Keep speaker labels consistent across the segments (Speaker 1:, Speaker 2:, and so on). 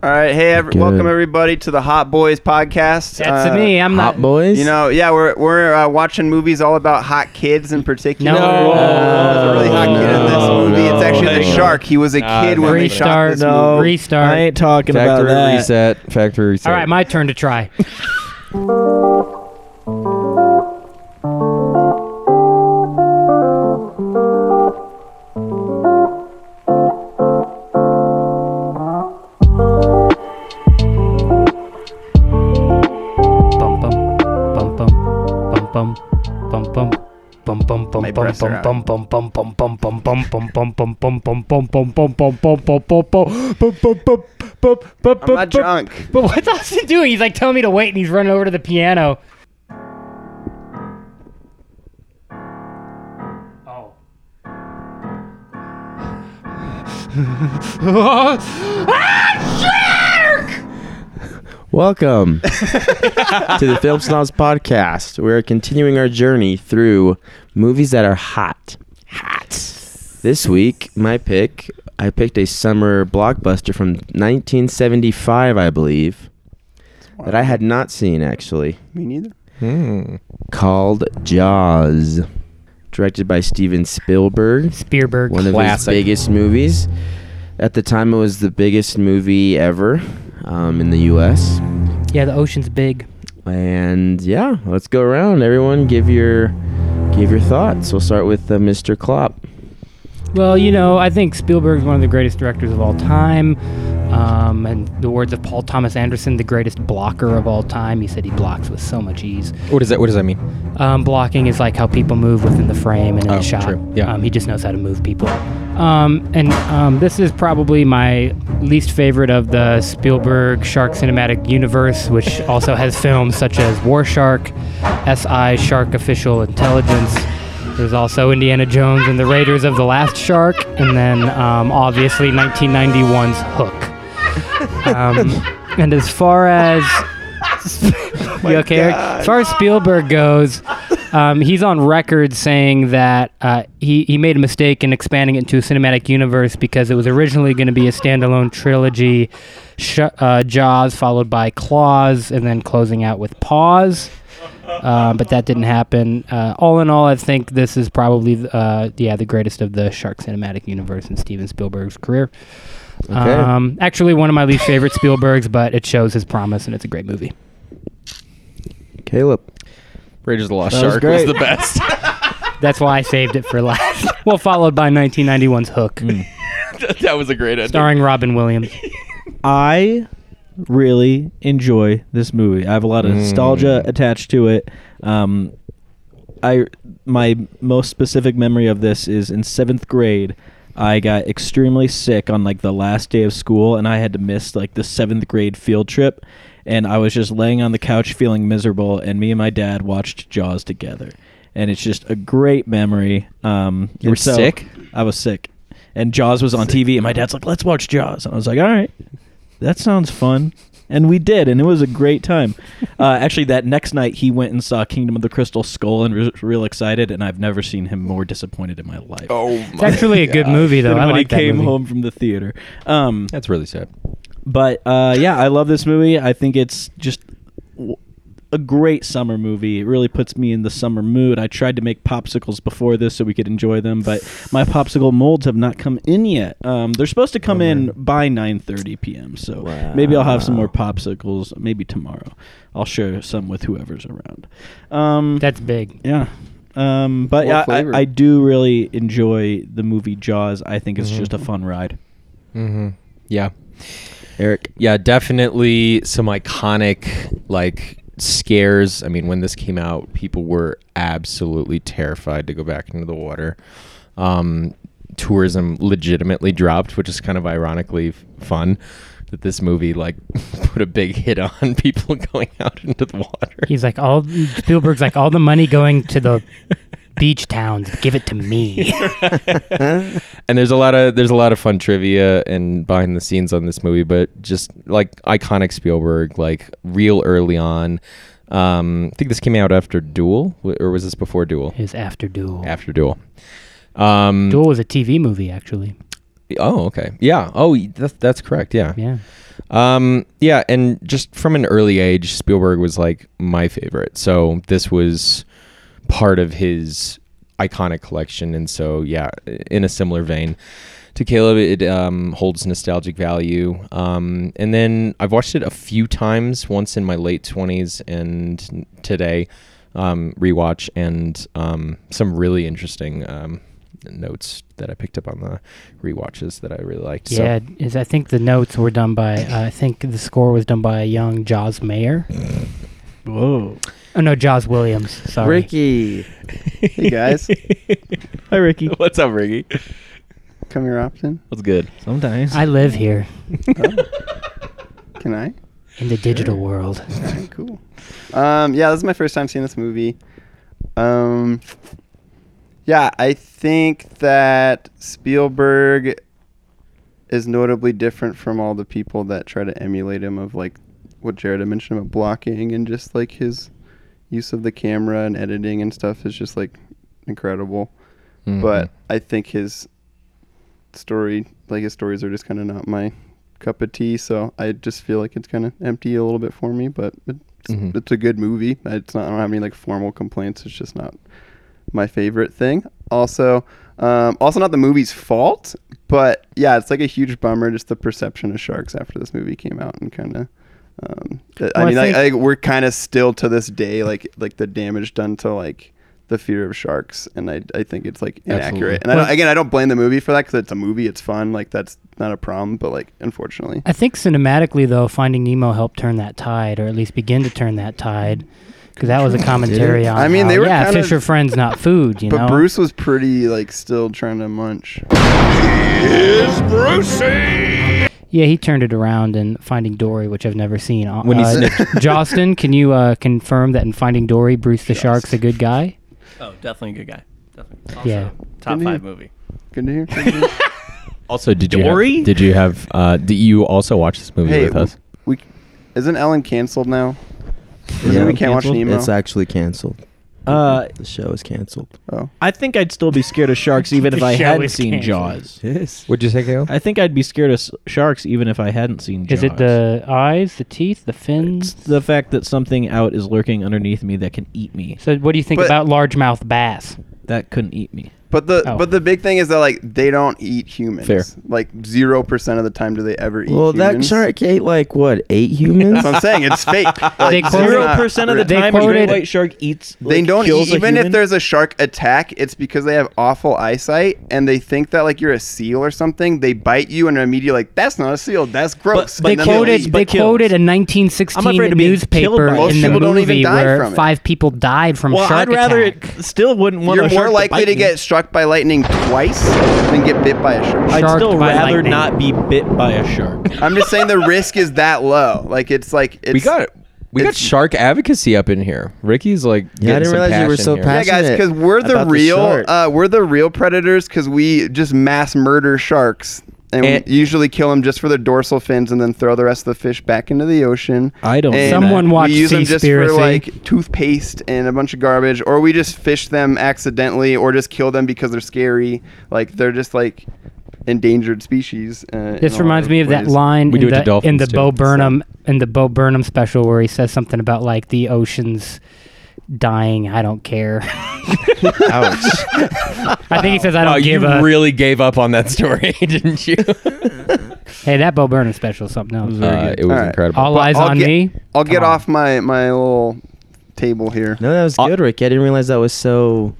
Speaker 1: All right, hey, ev-
Speaker 2: Good.
Speaker 1: welcome everybody to the Hot Boys podcast.
Speaker 3: That's
Speaker 1: Uh,
Speaker 3: me. I'm
Speaker 2: Hot
Speaker 3: not.
Speaker 2: boys.
Speaker 1: You know, yeah, we're we're uh, watching movies all about hot kids in particular. Uh,
Speaker 3: No. No.
Speaker 1: There's
Speaker 3: Oh,
Speaker 1: a really hot kid in this
Speaker 4: No,
Speaker 1: movie.
Speaker 2: Oh,
Speaker 1: it's
Speaker 4: no,
Speaker 1: actually the
Speaker 4: hang on.
Speaker 1: shark. He was a
Speaker 2: Ah,
Speaker 4: Nah,
Speaker 1: kid when they shot
Speaker 3: Restart.
Speaker 1: this
Speaker 3: No.
Speaker 1: movie.
Speaker 3: Restart.
Speaker 4: I ain't talking
Speaker 2: factory
Speaker 4: about that.
Speaker 2: reset. Factory reset.
Speaker 3: All right, my turn to try. Bum, bum, bum, bum, bum, bum, bum, bum. Bum, bum, bum,
Speaker 1: My
Speaker 3: bum,
Speaker 1: breasts are out.
Speaker 3: bum, bum, bum, bum, bum, bum, bum, bum, bum, bum, bum, bum, bum, bum, bum, bum, bum, bum, bum. Bum, bum, bum, bum, bum,
Speaker 1: I'm not
Speaker 3: bum.
Speaker 1: drunk.
Speaker 3: But what's Austin doing? He's like telling me to wait, and he's running over to the piano. Oh.
Speaker 2: Welcome to the Film Snobs podcast. We're continuing our journey through movies that are hot. Hot. This week, my pick, I picked a summer blockbuster from 1975, I believe, that I had not seen actually,
Speaker 1: Me neither.
Speaker 4: Hmm.
Speaker 2: called Jaws, directed by Steven Spielberg.
Speaker 3: Spearberg.
Speaker 2: one of his
Speaker 4: Classic.
Speaker 2: biggest movies. At the time, it was the biggest movie ever um, in the U.S.
Speaker 3: Yeah, the ocean's big.
Speaker 2: And yeah, let's go around. Everyone, give your give your thoughts. We'll start with uh, Mr. Klopp.
Speaker 3: Well, you know, I think Spielberg's one of the greatest directors of all time. Um, and the words of Paul Thomas Anderson, the greatest blocker of all time. He said he blocks with so much ease.
Speaker 4: What does that? What does that mean?
Speaker 3: Um, blocking is like how people move within the frame and in
Speaker 4: Oh,
Speaker 3: the shot.
Speaker 4: true. Yeah.
Speaker 3: Um, he just knows how to move people. Um, and um, this is probably my least favorite of the Spielberg Shark Cinematic Universe, which also has films such as War Shark, SI Shark Official Intelligence. There's also Indiana Jones and the Raiders of the Last Shark, and then um, obviously 1991's Hook. Um, and as far as you okay? Eric? As far as Spielberg goes, um, he's on record saying that uh, he he made a mistake in expanding it into a cinematic universe because it was originally going to be a standalone trilogy, sh- uh, Jaws followed by Claws, and then closing out with Paws. Uh, but that didn't happen. Uh, all in all, I think this is probably uh, yeah the greatest of the Shark cinematic universe in Steven Spielberg's career.
Speaker 2: Okay.
Speaker 3: Um, actually, one of my least favorite Spielbergs, but it shows his promise, and it's a great movie.
Speaker 2: Caleb.
Speaker 4: Raiders of the Lost
Speaker 2: That was
Speaker 4: Shark
Speaker 2: great.
Speaker 4: was, the best.
Speaker 3: That's why I saved it for last. well, followed by 1991's Hook,
Speaker 4: that was a great ending.
Speaker 3: starring Robin Williams.
Speaker 4: I
Speaker 5: really enjoy this movie. I have a lot of nostalgia attached to it. Um, I my most specific memory of this is in seventh grade. I got extremely sick on like the last day of school, and I had to miss like the seventh grade field trip. And I was just laying on the couch feeling miserable, and me and my dad watched Jaws together. And it's just a great memory. Um,
Speaker 4: You were
Speaker 5: and so-
Speaker 4: sick?
Speaker 5: I was sick. And Jaws was on TV, and my dad's like, let's watch Jaws. And I was like, all right, that sounds fun. And we did, and it was a great time. Uh, actually, that next night, he went and saw Kingdom of the Crystal Skull and was real excited, and I've never seen him more disappointed in my life.
Speaker 4: Oh
Speaker 3: It's actually a good movie, though.
Speaker 5: than
Speaker 3: I
Speaker 5: when
Speaker 3: like
Speaker 5: he
Speaker 3: that
Speaker 5: came
Speaker 3: movie.
Speaker 5: home from the theater. Um,
Speaker 4: That's really sad.
Speaker 5: but uh, yeah, I love this movie. I think it's just w- a great summer movie. It really puts me in the summer mood. I tried to make popsicles before this so we could enjoy them, but my popsicle molds have not come in yet. Um, they're supposed to
Speaker 4: Oh,
Speaker 5: come in by 9:30 p.m. So maybe I'll have some more popsicles maybe tomorrow. I'll share some with whoever's around. Um,
Speaker 3: That's big.
Speaker 5: yeah. Um, but
Speaker 4: What
Speaker 5: yeah, I,
Speaker 4: flavor?
Speaker 5: I do really enjoy the movie Jaws. I think it's just a fun ride.
Speaker 4: Mm-hmm. Yeah.
Speaker 2: Eric.
Speaker 4: Yeah, definitely some iconic like scares. I mean, when this came out, people were absolutely terrified to go back into the water. Um, tourism legitimately dropped, which is kind of ironically f- fun that this movie like put a big hit on people going out into the water.
Speaker 3: He's like all Spielberg's like all the money going to the beach towns. Give it to me.
Speaker 4: and there's a lot of there's a lot of fun trivia and behind the scenes on this movie but just like iconic spielberg like real early on um i think this came out after duel w- or was this before duel
Speaker 3: His after duel.
Speaker 4: after duel um
Speaker 3: Duel was a TV movie, actually.
Speaker 4: Oh, okay. Yeah. Oh, that's that's correct. Yeah.
Speaker 3: Yeah.
Speaker 4: Um, yeah, and just from an early age, Spielberg was like my favorite. So this was part of his iconic collection, and so yeah, in a similar vein to Caleb, it um, holds nostalgic value. Um, and then I've watched it a few times, once in my late twenties, and today um, rewatch, and um, some really interesting. Um, notes that I picked up on the rewatches that I really liked. So-
Speaker 3: Yeah, is I think the notes were done by uh, I think the score was done by a young Jaws Mayer.
Speaker 5: Whoa.
Speaker 3: Oh no, Jaws Williams. Sorry.
Speaker 1: Ricky. hey guys,
Speaker 5: Hi, Ricky.
Speaker 4: What's up, Ricky?
Speaker 1: come here often.
Speaker 4: What's good?
Speaker 5: Sometimes.
Speaker 3: I live here
Speaker 1: Can I?
Speaker 3: in the digital world.
Speaker 1: All right, cool. Um, yeah, this is my first time seeing this movie. Um, yeah, I think that Spielberg is notably different from all the people that try to emulate him of like what Jared had mentioned about blocking and just like his use of the camera and editing and stuff is just like incredible. But I think his story, like his stories, are just kind of not my cup of tea. So I just feel like it's kind of empty a little bit for me. But it's,
Speaker 4: Mhm.
Speaker 1: it's a good movie. It's not. I don't have any like formal complaints. It's just not my favorite thing. Also, um, also not the movie's fault. But yeah, it's like a huge bummer. Just the perception of sharks after this movie came out and kind of. Um, th- I
Speaker 3: Well, I
Speaker 1: mean, like,
Speaker 3: think-
Speaker 1: I think we're kind of still to this day, like like the damage done to like the fear of sharks, and I, I think it's like inaccurate.
Speaker 4: Absolutely.
Speaker 1: And I don't,
Speaker 3: Well-
Speaker 1: again, I don't blame the movie for that because it's a movie, it's fun, like that's not a problem. But like, unfortunately,
Speaker 3: I think cinematically though, Finding Nemo helped turn that tide, or at least begin to turn that tide, because that was a commentary on.
Speaker 1: I mean,
Speaker 3: how,
Speaker 1: they were
Speaker 3: yeah,
Speaker 1: kinda-
Speaker 3: fish are friends, not food. You
Speaker 1: but
Speaker 3: know.
Speaker 1: Bruce was pretty like still trying to munch.
Speaker 3: Yeah, he turned it around in Finding Dory, which I've never seen. Uh,
Speaker 4: When he
Speaker 3: uh,
Speaker 4: sniffed.
Speaker 3: Jostin, can you uh, confirm that in Finding Dory, Bruce the Shark's a good guy?
Speaker 6: Oh, definitely a good guy. Definitely. Also,
Speaker 3: Yeah.
Speaker 6: Top
Speaker 1: Didn't
Speaker 6: five
Speaker 1: he-
Speaker 6: movie.
Speaker 1: Good to hear. Good to hear.
Speaker 4: Also, did you
Speaker 6: Dory?
Speaker 4: have, did you have uh, did you also watch this movie
Speaker 1: hey,
Speaker 4: with us?
Speaker 1: we isn't Ellen canceled now?
Speaker 5: Is
Speaker 1: yeah,
Speaker 5: Ellen
Speaker 1: we can't watch
Speaker 5: canceled?
Speaker 1: Nemo.
Speaker 2: It's actually canceled.
Speaker 5: Uh,
Speaker 2: The show is canceled.
Speaker 1: oh,
Speaker 5: I think I'd still be scared of sharks even if
Speaker 3: The
Speaker 5: I
Speaker 3: show
Speaker 5: hadn't
Speaker 3: is
Speaker 5: seen
Speaker 3: canceled.
Speaker 5: Jaws.
Speaker 2: Yes.
Speaker 4: Would you say Caleb?
Speaker 5: I think I'd be scared of s- sharks even if I hadn't seen Jaws.
Speaker 3: Is it the eyes, the teeth, the fins?
Speaker 5: It's the fact that something out is lurking underneath me that can eat me.
Speaker 3: so, what do you think
Speaker 1: But-
Speaker 3: about largemouth bass?
Speaker 5: That couldn't eat me.
Speaker 1: but the
Speaker 3: Oh.
Speaker 1: but the big thing is that like they don't eat humans.
Speaker 4: Fair.
Speaker 1: Like zero percent of the time do they ever eat.
Speaker 2: Well, that
Speaker 1: humans.
Speaker 2: shark ate like what eight humans?
Speaker 1: That's what I'm saying. It's fake.
Speaker 3: quote-
Speaker 1: Like, it's
Speaker 5: Zero
Speaker 1: not
Speaker 5: percent of the
Speaker 1: real.
Speaker 3: They
Speaker 5: time a great
Speaker 3: quoted-
Speaker 5: white shark eats.
Speaker 1: they
Speaker 5: like,
Speaker 1: don't
Speaker 5: kills
Speaker 1: eat,
Speaker 5: a
Speaker 1: even if
Speaker 5: human.
Speaker 1: there's a shark attack it's because they have awful eyesight and they think that like you're a seal or something they bite you and are immediately like that's not a seal that's gross
Speaker 3: They
Speaker 1: And then they'll
Speaker 3: quoted,
Speaker 1: leave.
Speaker 3: they
Speaker 5: but kills.
Speaker 3: quoted a 1916
Speaker 5: I'm afraid of being killed
Speaker 3: newspaper
Speaker 5: by
Speaker 1: Most
Speaker 3: in the
Speaker 1: people don't even
Speaker 3: movie
Speaker 1: die
Speaker 3: where
Speaker 1: from it.
Speaker 3: five people died from
Speaker 5: Well,
Speaker 3: shark
Speaker 5: I'd rather
Speaker 3: attack.
Speaker 5: it still wouldn't want.
Speaker 1: you're
Speaker 5: a shark
Speaker 1: more likely
Speaker 5: bite
Speaker 1: to
Speaker 5: me.
Speaker 1: get struck by lightning twice than get bit by a shark
Speaker 5: I'd
Speaker 3: sharked
Speaker 5: still
Speaker 3: by
Speaker 5: rather
Speaker 3: lightning.
Speaker 5: not be bit by a shark.
Speaker 1: i'm just saying the risk is that low like it's like it's
Speaker 4: we got we got
Speaker 1: it's-
Speaker 4: shark advocacy up in here. Ricky's like
Speaker 2: Yeah, I
Speaker 4: getting
Speaker 2: didn't
Speaker 4: some
Speaker 2: realize you were
Speaker 4: passion
Speaker 2: so
Speaker 4: here.
Speaker 2: passionate.
Speaker 1: yeah, guys, because we're the
Speaker 2: about the
Speaker 1: real
Speaker 2: shark.
Speaker 1: uh, we're the real predators because we just mass murder sharks and,
Speaker 4: And-
Speaker 1: we usually kill them just for their dorsal fins and then throw the rest of the fish back into the ocean.
Speaker 5: I don't
Speaker 1: And
Speaker 5: know
Speaker 3: Someone
Speaker 5: that.
Speaker 3: wa- watched
Speaker 1: We use them just for
Speaker 3: Seaspiracy.
Speaker 1: like toothpaste and a bunch of garbage, or we just fish them accidentally, or just kill them because they're scary. Like they're just like endangered species. Uh, in a lot
Speaker 3: This reminds me of that
Speaker 1: ways.
Speaker 3: line
Speaker 4: We do
Speaker 3: in
Speaker 4: it to
Speaker 3: the, in
Speaker 4: dolphins
Speaker 3: the
Speaker 4: too,
Speaker 3: Bo
Speaker 4: so.
Speaker 3: Burnham in the Bo Burnham special where he says something about like the oceans dying. I don't care.
Speaker 2: Ouch.
Speaker 3: I think he says I
Speaker 4: Oh,
Speaker 3: don't
Speaker 4: you
Speaker 3: give a.
Speaker 4: really gave up on that story, didn't you?
Speaker 3: hey, that Bo Burnham special is something else.
Speaker 4: Uh, it was
Speaker 1: All right.
Speaker 4: incredible.
Speaker 3: All
Speaker 1: But
Speaker 3: eyes
Speaker 1: I'll
Speaker 3: on
Speaker 1: get-
Speaker 3: me.
Speaker 1: I'll get
Speaker 3: Come on.
Speaker 1: off my my little table here.
Speaker 2: no, that was
Speaker 4: Uh,
Speaker 2: good, Ricky. I didn't realize that was so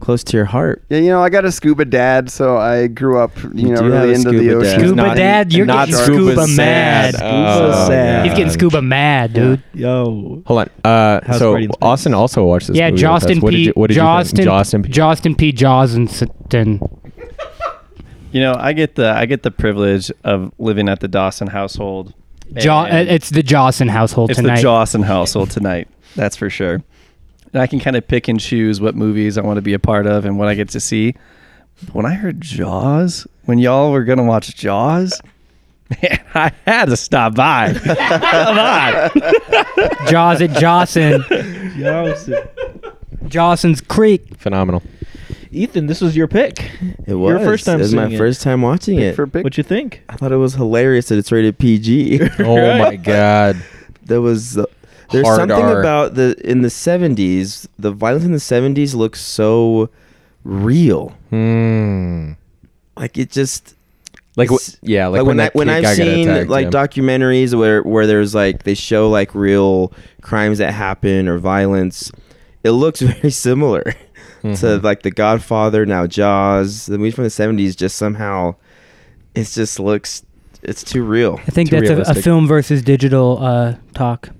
Speaker 2: close to your heart.
Speaker 1: Yeah, you know I got a scuba dad, so I grew up you,
Speaker 2: You
Speaker 1: know
Speaker 2: do have
Speaker 1: really
Speaker 2: a
Speaker 1: into the
Speaker 2: scuba
Speaker 1: ocean.
Speaker 2: dad.
Speaker 1: and
Speaker 3: Scuba
Speaker 1: not-
Speaker 3: dad, you're
Speaker 1: and not
Speaker 3: getting
Speaker 1: sharks.
Speaker 3: scuba
Speaker 4: scuba's
Speaker 3: mad.
Speaker 2: Scuba's
Speaker 4: Oh,
Speaker 5: sad.
Speaker 3: He's getting
Speaker 4: God.
Speaker 3: scuba mad, dude.
Speaker 5: Yo.
Speaker 4: Hold on. Uh,
Speaker 5: How's
Speaker 4: so
Speaker 5: Brady in Space?
Speaker 4: Austin also watched this.
Speaker 3: Yeah,
Speaker 4: movie with us.
Speaker 3: Justin
Speaker 4: What did
Speaker 3: P.
Speaker 4: you- What did you think?
Speaker 3: Justin
Speaker 4: Justin P.
Speaker 3: Justin P. Jawsonton.
Speaker 6: You know, I get the I get the privilege of living at the Dawson household.
Speaker 3: Jaw. uh,
Speaker 6: and
Speaker 3: It's the Jawson household
Speaker 6: it's
Speaker 3: tonight.
Speaker 6: the Jawson household tonight. That's for sure. And I can kind of pick and choose what movies I want to be a part of and what I get to see. But when I heard Jaws, when y'all were gonna watch Jaws, man, I had to stop by. Come on.
Speaker 3: Jaws at Jawson. Jawson's Creek.
Speaker 4: Phenomenal.
Speaker 5: Ethan, this was your pick.
Speaker 2: It was
Speaker 5: your first time.
Speaker 2: It was my
Speaker 5: seeing it.
Speaker 2: first time watching it.
Speaker 1: for big
Speaker 5: What you think?
Speaker 2: I thought it was hilarious that it's rated PG.
Speaker 4: Oh my god.
Speaker 2: there was uh, there's
Speaker 4: Hard
Speaker 2: something
Speaker 4: R.
Speaker 2: about the in the 70s. The violence in the 70s looks so real.
Speaker 4: Hmm.
Speaker 2: Like it just
Speaker 4: Like wh-
Speaker 2: It's-
Speaker 4: yeah, like,
Speaker 2: when, I, when I've seen like
Speaker 4: Doctor.
Speaker 2: documentaries where where there's like they show like real crimes that happen or violence, it looks very similar to
Speaker 4: Mhm.
Speaker 2: like The Godfather now Jaws. The movies from the seventies just somehow, it just looks it's too real.
Speaker 3: I think
Speaker 4: Too
Speaker 3: that's a, a
Speaker 4: realistic.
Speaker 3: film versus digital uh, talk.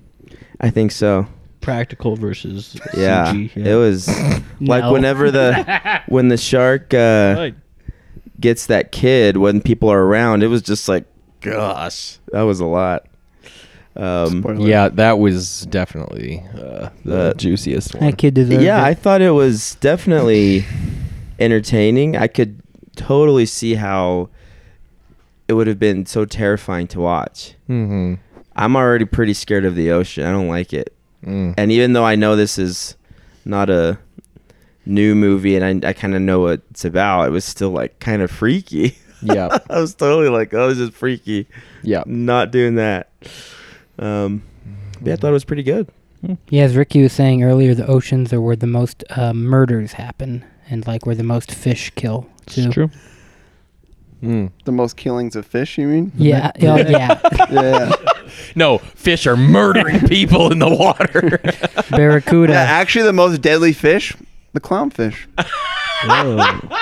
Speaker 2: I think so.
Speaker 5: Practical versus
Speaker 2: Yeah,
Speaker 5: CG.
Speaker 2: it was like
Speaker 3: No.
Speaker 2: whenever the when the shark uh,
Speaker 5: Right.
Speaker 2: gets that kid when people are around, it was just like gosh, that was a lot. Um,
Speaker 1: Spoiler.
Speaker 4: yeah, that was definitely uh, the
Speaker 2: Uh,
Speaker 4: juiciest one.
Speaker 3: That kid deserved
Speaker 2: yeah,
Speaker 3: it.
Speaker 2: I thought it was definitely entertaining. I could totally see how it would have been so terrifying to watch.
Speaker 4: Mm-hmm.
Speaker 2: I'm already pretty scared of the ocean. I don't like it.
Speaker 4: Mm.
Speaker 2: And even though I know this is not a new movie and I, I kind of know what it's about, it was still like kind of freaky.
Speaker 4: yeah,
Speaker 2: I was totally like, oh, this is freaky.
Speaker 4: yeah.
Speaker 2: Not doing that. Um, but yeah, I thought it was pretty good.
Speaker 3: Yeah, as Ricky was saying earlier, the oceans are where the most uh, murders happen and like where the most fish kill too.
Speaker 5: It's true.
Speaker 2: Hmm.
Speaker 4: Mm.
Speaker 1: the most killings of fish, you mean?
Speaker 3: Yeah, yeah, yeah.
Speaker 1: yeah.
Speaker 4: No, fish are murdering people in the water.
Speaker 3: Barracuda.
Speaker 1: yeah. Actually, the most deadly fish, the clownfish.
Speaker 5: Whoa.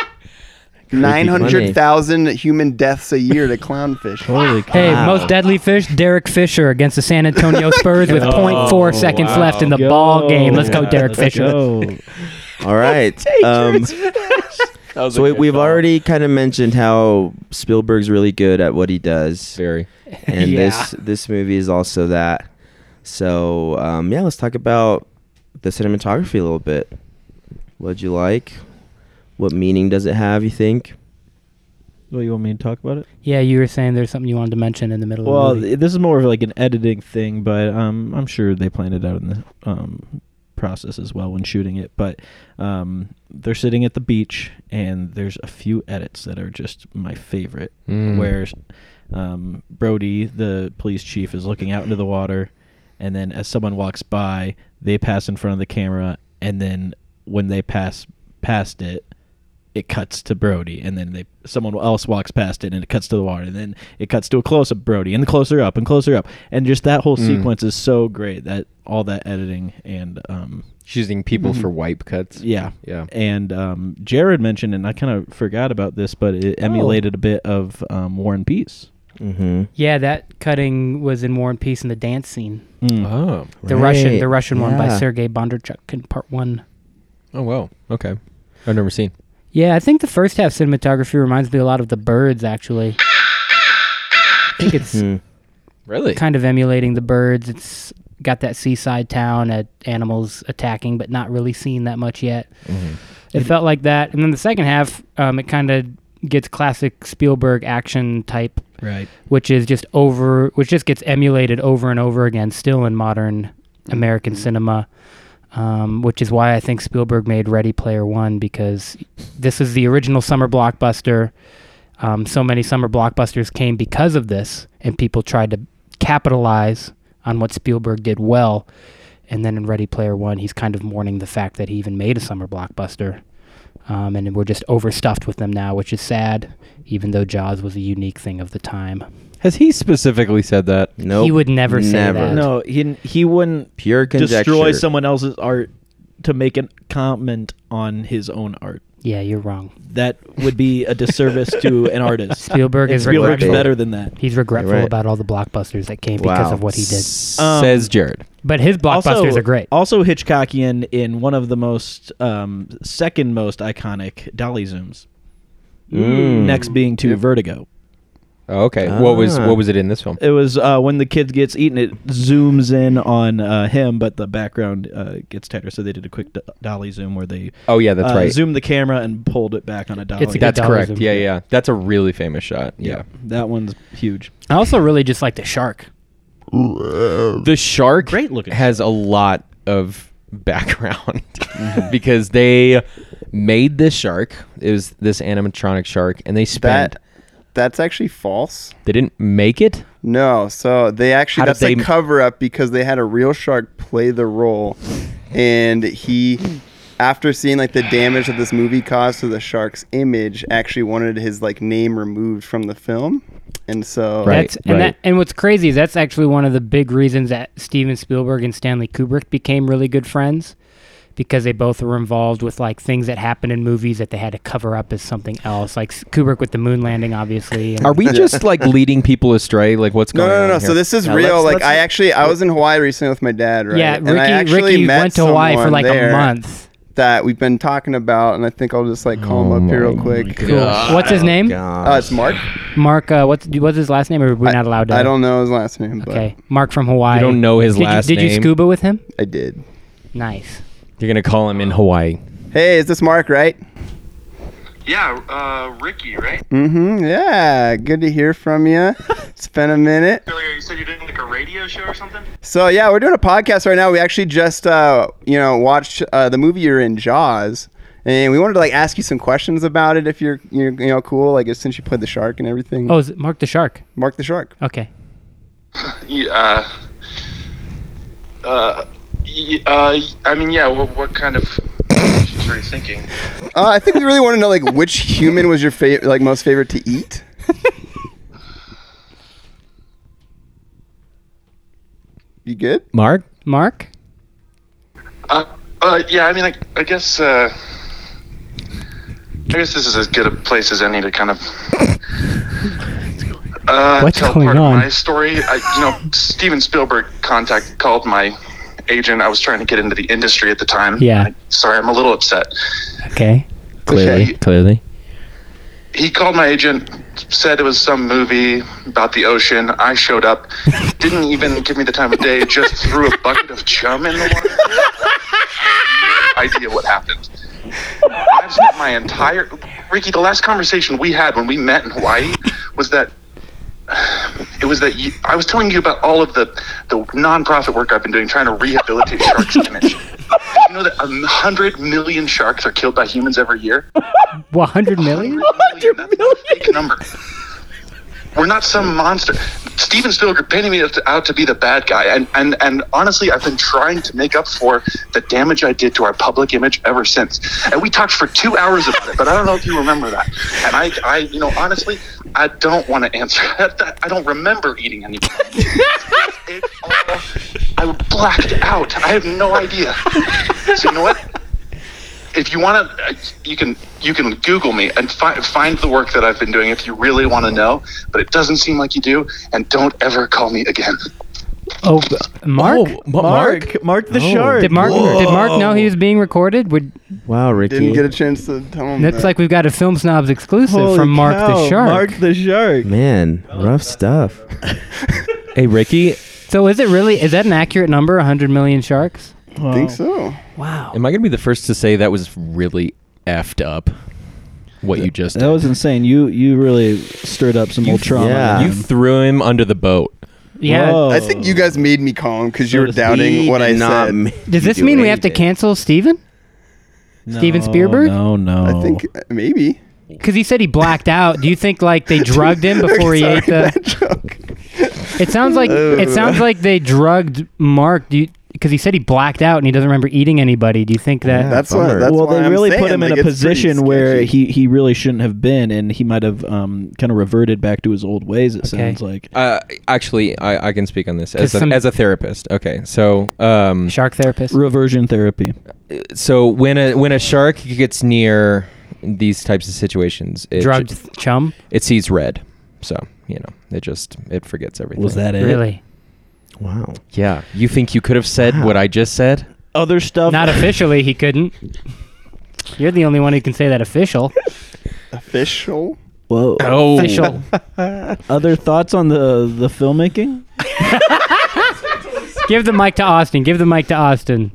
Speaker 1: Nine hundred thousand human deaths a year to clownfish.
Speaker 5: Holy cow.
Speaker 3: Hey,
Speaker 2: Wow.
Speaker 3: most deadly fish, Derek Fisher against the San Antonio Spurs with 0.4 seconds
Speaker 4: wow.
Speaker 3: left in the
Speaker 5: Go.
Speaker 3: ball game. Let's go,
Speaker 5: Yeah,
Speaker 3: Derek
Speaker 5: let's
Speaker 3: Fisher.
Speaker 5: go.
Speaker 2: All right. um, so we, we've already kind of mentioned how Spielberg's really good at what he does,
Speaker 4: very.
Speaker 2: and
Speaker 3: Yeah.
Speaker 2: this this movie is also that. So um, yeah, let's talk about the cinematography a little bit. What'd you like? What meaning does it have? You think?
Speaker 5: Well, you want me to talk about it?
Speaker 3: Yeah, you were saying there's something you wanted to mention in the middle
Speaker 5: Well,
Speaker 3: of the movie.
Speaker 5: th- this is more of like an editing thing, but um, I'm sure they planned it out in the um, process as well when shooting it. But um, they're sitting at the beach, and there's a few edits that are just my favorite.
Speaker 4: Mm.
Speaker 5: Where um, Brody, the police chief, is looking out into the water, and then as someone walks by, they pass in front of the camera, and then when they pass past it, it cuts to Brody, and then they someone else walks past it, and it cuts to the water, and then it cuts to a close up Brody, and closer up, and closer up, and just that whole
Speaker 4: Mm.
Speaker 5: sequence is so great that all that editing and um, Mm-hmm.
Speaker 4: Choosing people for wipe cuts.
Speaker 5: yeah,
Speaker 4: Yeah.
Speaker 5: and um, Jared mentioned, and I kind of forgot about this, but it
Speaker 4: Oh.
Speaker 5: emulated a bit of um, War and Peace.
Speaker 2: Mm-hmm.
Speaker 3: yeah, that cutting was in War and Peace in the dance scene.
Speaker 4: Oh.
Speaker 3: The Russian, the Russian one by
Speaker 2: Yeah.
Speaker 3: Sergei Bondarchuk in part one.
Speaker 4: Oh wow. Okay. I've never seen.
Speaker 3: Yeah, I think the first half cinematography reminds me a lot of the birds. Actually, I think it's
Speaker 4: Hmm. Really?
Speaker 3: kind of emulating the birds. It's got that seaside town at animals attacking, but not really seen that much yet. It felt like that. And then the second half, um, it kind of gets classic Spielberg action type,
Speaker 5: Right.
Speaker 3: which is just over, which just gets emulated over and over again, still in modern American cinema. Um, which is why I think Spielberg made Ready Player One because this is the original summer blockbuster. Um, so many summer blockbusters came because of this, and people tried to capitalize on what Spielberg did well. And then in Ready Player One, he's kind of mourning the fact that he even made a summer blockbuster. Um, and we're just overstuffed with them now, which is sad, even though Jaws was a unique thing of the time.
Speaker 4: Has he specifically said that?
Speaker 2: Nope.
Speaker 3: He would never say that.
Speaker 5: No, he didn't- he wouldn't
Speaker 2: Pure conjecture.
Speaker 5: destroy someone else's art to make a comment on his own art.
Speaker 3: Yeah, you're wrong.
Speaker 5: That would be a disservice to an artist.
Speaker 3: Spielberg
Speaker 5: And
Speaker 3: is
Speaker 5: Spielberg's
Speaker 2: regretful.
Speaker 5: better than that.
Speaker 3: He's regretful
Speaker 2: right.
Speaker 3: about all the blockbusters that came because
Speaker 2: Wow.
Speaker 3: of what he did.
Speaker 5: Um,
Speaker 4: Says Jared.
Speaker 3: But his blockbusters
Speaker 5: also,
Speaker 3: are great.
Speaker 5: Also Hitchcockian in one of the most um, second most iconic dolly zooms.
Speaker 2: Mm.
Speaker 5: Next being to Vertigo.
Speaker 4: Oh, okay. What was
Speaker 2: Ah.
Speaker 4: what was it in this film?
Speaker 5: It was uh, when the kid gets eaten, it zooms in on uh, him, but the background uh, gets tighter. So they did a quick do- dolly zoom where they
Speaker 4: Oh yeah, that's
Speaker 5: uh,
Speaker 4: right.
Speaker 5: zoomed the camera and pulled it back on a dolly.
Speaker 3: It's a good
Speaker 4: That's
Speaker 3: Dolly
Speaker 4: correct.
Speaker 3: zoom.
Speaker 4: Yeah, yeah. That's a really famous shot.
Speaker 5: Yeah,
Speaker 4: Yeah.
Speaker 5: that one's huge.
Speaker 3: I also really just like the shark.
Speaker 4: The shark
Speaker 5: Great looking
Speaker 4: has a lot of background because they made this shark. It was this animatronic shark, and they spent.
Speaker 1: That that's actually false.
Speaker 4: They didn't make it.
Speaker 1: No, so they actually
Speaker 4: How did
Speaker 1: that's a
Speaker 4: they-
Speaker 1: cover up because they had a real shark play the role, and he, after seeing like the damage that this movie caused to the shark's image, actually wanted his like name removed from the film, and so
Speaker 4: Right,
Speaker 3: That's, and
Speaker 4: right.
Speaker 3: that and what's crazy is that's actually one of the big reasons that Steven Spielberg and Stanley Kubrick became really good friends because they both were involved with like things that happened in movies that they had to cover up as something else like S- Kubrick with the moon landing obviously and
Speaker 4: Are we just like leading people astray? Like what's
Speaker 1: No,
Speaker 4: going
Speaker 1: no,
Speaker 4: on?
Speaker 1: no. no.
Speaker 4: here?
Speaker 1: So this is
Speaker 2: Now,
Speaker 1: real.
Speaker 2: let's-
Speaker 1: like
Speaker 2: let's-
Speaker 1: I actually, I was in Hawaii recently with my dad, right?
Speaker 3: Yeah,
Speaker 1: And I
Speaker 3: Ricky
Speaker 1: actually
Speaker 3: Ricky
Speaker 1: met
Speaker 3: went to Hawaii for
Speaker 1: someone
Speaker 3: like
Speaker 1: there
Speaker 3: a month.
Speaker 1: that we've been talking about, and I think I'll just like call
Speaker 4: Oh
Speaker 1: him up here real quick.
Speaker 3: Cool. What's his name?
Speaker 1: Uh, it's Mark.
Speaker 3: Mark uh, what's what's his last name or are we
Speaker 1: I-
Speaker 3: not allowed to
Speaker 1: I don't know his last name, but
Speaker 3: Okay. Mark from Hawaii.
Speaker 4: You don't know his
Speaker 3: Did you-
Speaker 4: last
Speaker 3: Did you
Speaker 4: name.
Speaker 3: scuba with him?
Speaker 1: I did.
Speaker 3: Nice.
Speaker 4: You're gonna call him in Hawaii.
Speaker 1: Hey, is this Mark, right?
Speaker 7: Yeah, uh, Ricky, right?
Speaker 1: Mm-hmm. Yeah. Good to hear from you. it's been a minute.
Speaker 7: Earlier you said you're doing like a radio show or something?
Speaker 1: So yeah, we're doing a podcast right now. We actually just uh, you know watched uh, the movie you're in Jaws, and we wanted to like ask you some questions about it if you're you're you know cool like since you played the shark and everything.
Speaker 3: Oh, is it Mark the Shark.
Speaker 1: Mark the shark.
Speaker 3: Okay.
Speaker 7: You, uh, uh, y- uh, I mean, yeah, what, what kind of. She's already thinking.
Speaker 1: Uh, I think we really want to know like which human was your favorite, like most favorite to eat. you good?
Speaker 4: Mark,
Speaker 3: Mark?
Speaker 7: Uh, uh, yeah, I mean, I, I guess, uh, I guess this is as good a place as any to kind of. Uh,
Speaker 3: What's
Speaker 7: tell
Speaker 3: going
Speaker 7: part
Speaker 3: on?
Speaker 7: of my story. I, you know, Steven Spielberg contact called my agent. I was trying to get into the industry at the time.
Speaker 3: Yeah.
Speaker 7: Sorry, I'm a little upset.
Speaker 3: Okay.
Speaker 4: clearly,
Speaker 7: Okay.
Speaker 4: clearly.
Speaker 7: he called my agent, said it was some movie about the ocean. I showed up, didn't even give me the time of day, just threw a bucket of chum in the water. I had no idea what happened. I've spent my entire Ricky. The last conversation we had when we met in Hawaii was that it was that you, I was telling you about all of the the nonprofit work I've been doing trying to rehabilitate sharks' image. You know that a hundred million sharks are killed by humans every year.
Speaker 3: 100 million?
Speaker 7: That's not a fake number. We're not some monster. Steven Spielberg painted me out to be the bad guy, and, and and honestly, I've been trying to make up for the damage I did to our public image ever since. And we talked for two hours about it, but I don't know if you remember that. And I, I you know, honestly, I don't want to answer that. I don't remember eating anything. It all- I blacked out. I have no idea. So you know what? if you want to, you can you can Google me and fi- find the work that I've been doing if you really want to know. But it doesn't seem like you do, and don't ever call me again.
Speaker 3: Oh, Mark?
Speaker 4: Oh, Ma- Mark. Oh,
Speaker 5: Mark the shark.
Speaker 3: Did Mark did Mark know he was being recorded? Would
Speaker 2: Wow, Ricky.
Speaker 1: Didn't get a chance to tell him.
Speaker 3: that's
Speaker 1: that.
Speaker 3: like we've got a film snobs exclusive
Speaker 5: Holy
Speaker 3: from Mark
Speaker 5: cow,
Speaker 3: the Shark.
Speaker 5: Mark the shark.
Speaker 2: Man, rough stuff.
Speaker 4: Hey, Ricky.
Speaker 3: so is it really is that an accurate number? 100 million sharks?
Speaker 1: I think so.
Speaker 3: Wow.
Speaker 4: Am I gonna be the first to say that was really effed up? What
Speaker 1: Uh,
Speaker 4: you
Speaker 1: um,
Speaker 4: just
Speaker 5: That
Speaker 4: did?
Speaker 5: was insane. You you really stirred up some old trauma.
Speaker 2: yeah.
Speaker 4: you threw him under the boat.
Speaker 3: Yeah.
Speaker 5: Whoa.
Speaker 1: I think you guys made me call him because you were
Speaker 5: does-
Speaker 1: doubting
Speaker 2: We
Speaker 1: what
Speaker 2: did
Speaker 1: I
Speaker 2: not
Speaker 1: said.
Speaker 2: make
Speaker 3: Does
Speaker 2: you
Speaker 3: this
Speaker 2: do
Speaker 3: mean we have to
Speaker 2: anything.
Speaker 3: cancel Steven?
Speaker 5: No,
Speaker 3: Steven Spielberg?
Speaker 5: No, no.
Speaker 1: I think uh, maybe
Speaker 3: Cuz he said he blacked out. Do you think like they drugged him before he
Speaker 1: Sorry,
Speaker 3: ate the
Speaker 1: bad joke.
Speaker 3: It sounds like it sounds like they drugged Mark. Do you? Because he said he blacked out and he doesn't remember eating anybody. Do you think that?
Speaker 2: Yeah.
Speaker 1: That's what.
Speaker 2: bummer.
Speaker 1: That's
Speaker 5: well,
Speaker 1: why
Speaker 5: they
Speaker 1: I'm
Speaker 5: really
Speaker 1: saying,
Speaker 5: put him
Speaker 1: like,
Speaker 5: in a
Speaker 1: it's pretty
Speaker 5: position where
Speaker 1: sketchy.
Speaker 5: he, he really shouldn't have been, and he might have um, kind of reverted back to his old ways. It sounds like.
Speaker 4: Uh, actually, I, I can speak on this as
Speaker 3: 'Cause
Speaker 4: a,
Speaker 3: some-
Speaker 4: as a therapist. Okay, so um,
Speaker 3: Shark therapist.
Speaker 5: Reversion therapy.
Speaker 4: so when a when a shark gets near these types of situations, it,
Speaker 3: drugged
Speaker 4: ju-
Speaker 3: chum.
Speaker 4: it sees red. So you know, it just it forgets everything.
Speaker 5: Was that it?
Speaker 3: Really?
Speaker 2: Wow.
Speaker 4: Yeah. You think you could have said
Speaker 2: Wow.
Speaker 4: what I just said?
Speaker 5: Other stuff.
Speaker 3: Not officially, he couldn't. You're the only one who can say that official.
Speaker 1: official.
Speaker 5: Whoa.
Speaker 4: Oh,
Speaker 3: Official.
Speaker 5: Other thoughts on the the filmmaking?
Speaker 3: Give the mic to Austin. Give the mic to Austin.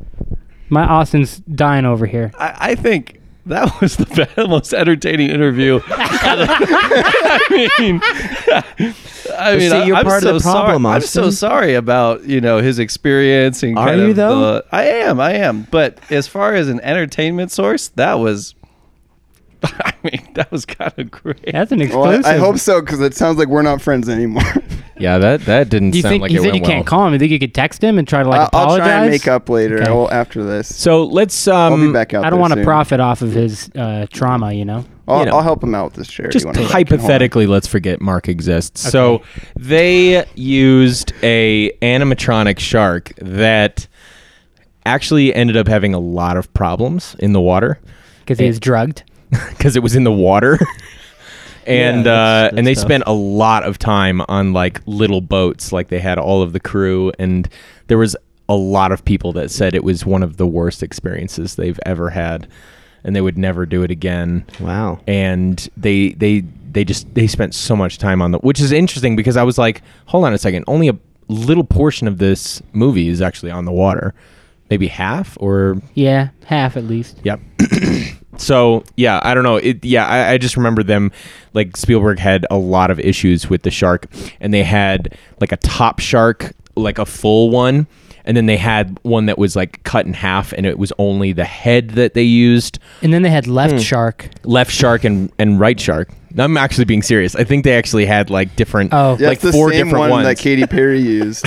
Speaker 3: My Austin's dying over here.
Speaker 6: I, I think that was the be- most entertaining interview. I mean, I mean,
Speaker 2: see, you're
Speaker 6: I, am
Speaker 2: part of
Speaker 6: so
Speaker 2: the problem,
Speaker 6: sorry. I'm so
Speaker 2: Austin.
Speaker 6: sorry about you know his experience and
Speaker 2: Are
Speaker 6: kind
Speaker 2: you,
Speaker 6: of
Speaker 2: though?
Speaker 6: the- I am, I am. But as far as an entertainment source, that was I mean, that was kind of great.
Speaker 3: That's an
Speaker 1: Well,
Speaker 3: exclusive.
Speaker 1: I, I hope so because it sounds like we're not friends anymore.
Speaker 4: Yeah, that that didn't
Speaker 3: Do you
Speaker 4: sound
Speaker 3: think
Speaker 4: like
Speaker 3: you
Speaker 4: it
Speaker 3: said
Speaker 4: went
Speaker 3: you
Speaker 4: well.
Speaker 3: can't call him? You think you could text him and try to like
Speaker 1: I'll, I'll
Speaker 3: apologize?
Speaker 1: try and make up later.
Speaker 3: Okay.
Speaker 1: Well, after this,
Speaker 4: So let's um
Speaker 1: I'll be back out.
Speaker 3: I don't
Speaker 1: want
Speaker 3: want to profit off of his uh, trauma, you know.
Speaker 1: I'll,
Speaker 4: you know.
Speaker 1: I'll help him out with this charity.
Speaker 4: just
Speaker 1: one second.
Speaker 4: hypothetically let's forget mark exists so they used a animatronic shark that actually ended up having a lot of problems in the water
Speaker 3: Because he is drugged.
Speaker 4: because it was in the water and
Speaker 5: Yeah,
Speaker 4: uh,
Speaker 5: that's-
Speaker 4: and they
Speaker 5: that's tough.
Speaker 4: spent a lot of time on like little boats like they had all of the crew and there was a lot of people that said it was one of the worst experiences they've ever had and they would never do it again
Speaker 2: Wow.
Speaker 4: and they they they just they spent so much time on the which is interesting because I was like, hold on a second, only a little portion of this movie is actually on the water, maybe half or
Speaker 3: Yeah, half at least.
Speaker 4: yeah. so yeah, I don't know. It yeah, I, I just remember them like Spielberg had a lot of issues with the shark, and they had like a top shark, like a full one. And then they had one that was like cut in half, and it was only the head that they used Hmm.
Speaker 3: And then they had left shark.
Speaker 4: left shark and, and right shark. I'm actually being serious. I think they actually had like different,
Speaker 3: Oh.
Speaker 1: Yeah,
Speaker 4: like
Speaker 1: it's the
Speaker 4: four
Speaker 1: same
Speaker 4: different
Speaker 1: one
Speaker 4: ones.
Speaker 1: that Katy Perry used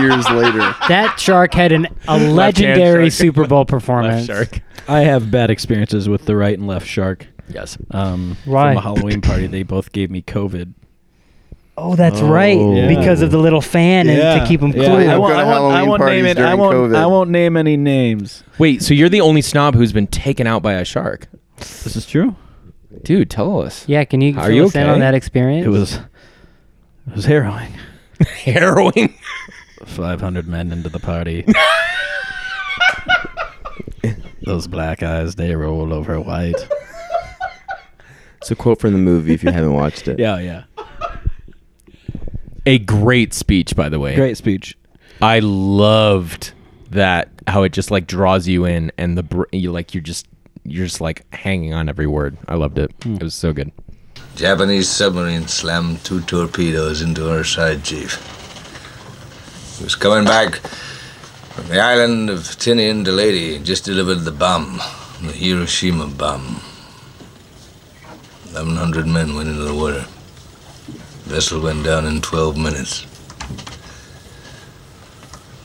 Speaker 1: years later.
Speaker 3: That shark had an, a legendary
Speaker 4: shark.
Speaker 3: Super Bowl
Speaker 4: left
Speaker 3: performance.
Speaker 4: shark.
Speaker 5: I have bad experiences with the right and left shark.
Speaker 4: Yes.
Speaker 5: Um,
Speaker 3: Why?
Speaker 5: From a Halloween party, they both gave me COVID.
Speaker 3: Oh, that's right.
Speaker 5: Oh.
Speaker 3: Because of the little fan and to keep him cool.
Speaker 1: I
Speaker 5: I
Speaker 1: won't
Speaker 5: won't,
Speaker 1: go to
Speaker 5: I won't, I
Speaker 1: Halloween
Speaker 5: won't
Speaker 1: parties
Speaker 5: name it. I
Speaker 1: during
Speaker 5: won't,
Speaker 1: COVID.
Speaker 5: I won't name any names.
Speaker 4: Wait, so you're the only snob who's been taken out by a shark,
Speaker 5: This is true.
Speaker 4: dude? Tell us.
Speaker 3: yeah, can you
Speaker 4: Are
Speaker 3: fill
Speaker 4: you
Speaker 3: us in
Speaker 4: okay?
Speaker 3: on that experience?
Speaker 5: It was it was harrowing.
Speaker 4: Harrowing.
Speaker 5: Five hundred men into the party. Those black eyes, they roll over white.
Speaker 2: It's a quote from the movie if you haven't watched it.
Speaker 5: Yeah, yeah.
Speaker 4: A great speech, by the way.
Speaker 5: Great speech.
Speaker 4: I loved that how it just like draws you in, and the br- you like you're just you're just like hanging on every word. I loved it.
Speaker 5: Hmm.
Speaker 4: It was so good.
Speaker 8: Japanese submarine slammed two torpedoes into her side chief. He was coming back from the island of Tinian to Lady, just delivered the bomb, the Hiroshima bomb. 1,100 men went into the water. Vessel went down in 12 minutes.